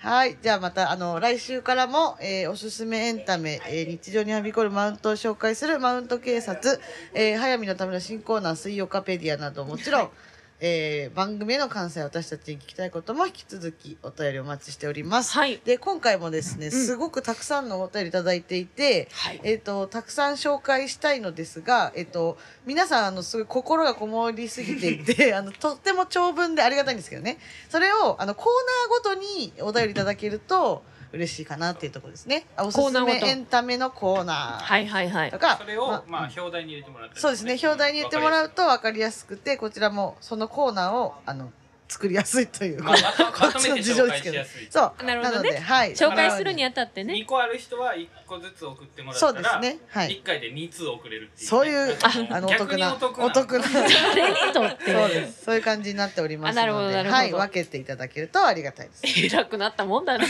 Speaker 2: はいじゃあまたあの来週からも、えーおすすめエンタメ、えー日常にはびこるマウントを紹介するマウント警察、えー、早見のための新コーナー水曜カペディアなどもちろん、えー番組への感想や私たちに聞きたいことも引き続きお便りお待ちしております、
Speaker 1: はい。
Speaker 2: で今回もですねすごくたくさんのお便りいただいていて、
Speaker 1: はい。
Speaker 2: えっとたくさん紹介したいのですが、えっと皆さんあのすごい心がこもりすぎてい
Speaker 1: *laughs*
Speaker 2: てあのとっても長文でありがたいんですけどねそれをあのコーナーごとにお便りいただけると嬉しいかなっていうところですねあおす
Speaker 1: コー
Speaker 2: す
Speaker 1: ナーごと
Speaker 2: めエンタメのコーナー
Speaker 1: はいはいはい
Speaker 2: と。か、
Speaker 4: それをま
Speaker 2: う
Speaker 4: あ
Speaker 2: ん
Speaker 4: 表題に入れてもらったりとか。
Speaker 2: そうですね表題に言ってもらうと分かりやすくてこちらもそのコーナーをあの作りやすいという、
Speaker 4: まあま
Speaker 2: こ
Speaker 4: とま
Speaker 2: っ
Speaker 4: と
Speaker 2: ちの
Speaker 4: めて
Speaker 2: 事情
Speaker 4: 紹
Speaker 2: です
Speaker 4: 介
Speaker 2: け
Speaker 4: し
Speaker 2: ど
Speaker 4: やすい。
Speaker 2: そう
Speaker 1: なるほどね
Speaker 2: ので、はい、
Speaker 1: 紹介するにあたって
Speaker 4: 二
Speaker 1: ね。
Speaker 4: 個ある人は一個ずつ送ってもらった
Speaker 2: そ
Speaker 4: ら。
Speaker 2: うですねはい
Speaker 4: 一回で二通送れるっていうね。
Speaker 2: そういうあのお
Speaker 4: 逆
Speaker 2: 得
Speaker 4: に
Speaker 2: な
Speaker 4: お得な。
Speaker 2: お
Speaker 1: *laughs*
Speaker 2: 得な
Speaker 1: 誰にとって
Speaker 2: そうです。そういう感じになっております
Speaker 1: あなるほど
Speaker 2: の
Speaker 1: なる
Speaker 2: で、
Speaker 1: ほど
Speaker 2: はい、分けていただけるとありが
Speaker 1: *laughs*
Speaker 2: たいです。
Speaker 1: 偉くなったもんだね。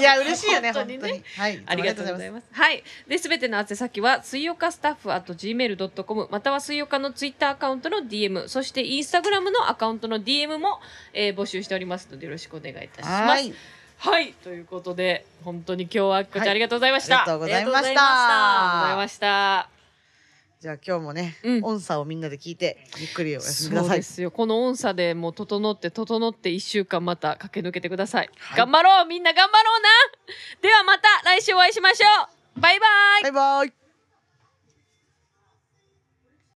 Speaker 2: いや、嬉しいよね、
Speaker 1: 本
Speaker 2: 本
Speaker 1: 当
Speaker 2: 当
Speaker 1: に
Speaker 2: に。
Speaker 1: ね
Speaker 2: は
Speaker 1: *laughs*
Speaker 2: い、
Speaker 1: ありがとうございます。はい。で、すべての宛先は、水曜日スタッフ at gmail.com、または水曜日のツイッターアカウントの DM、そしてインスタグラムのアカウントの DM も、えー募集しておりますので、よろしくお願いいたします。
Speaker 2: は、
Speaker 1: はい
Speaker 2: あ
Speaker 1: い。
Speaker 2: り
Speaker 1: ということで、本当に今日はあきこちゃん、
Speaker 2: はい
Speaker 1: ありがとうございました。
Speaker 2: がとうございま
Speaker 3: あ
Speaker 2: し
Speaker 3: りが
Speaker 1: ありがとうございま
Speaker 2: た。
Speaker 1: した。
Speaker 2: じゃあ、今日もね、
Speaker 1: うん
Speaker 2: 音差をみんなで聞いて、ゆっくりお休みくだ
Speaker 1: そう
Speaker 2: さ
Speaker 1: で
Speaker 2: い。
Speaker 1: すよこの音差でもう整って整って1週間また駆け抜けてください、頑張ろうみんな頑張ろうなではまた来週お会いしましょうバイバイ
Speaker 2: バイバイ。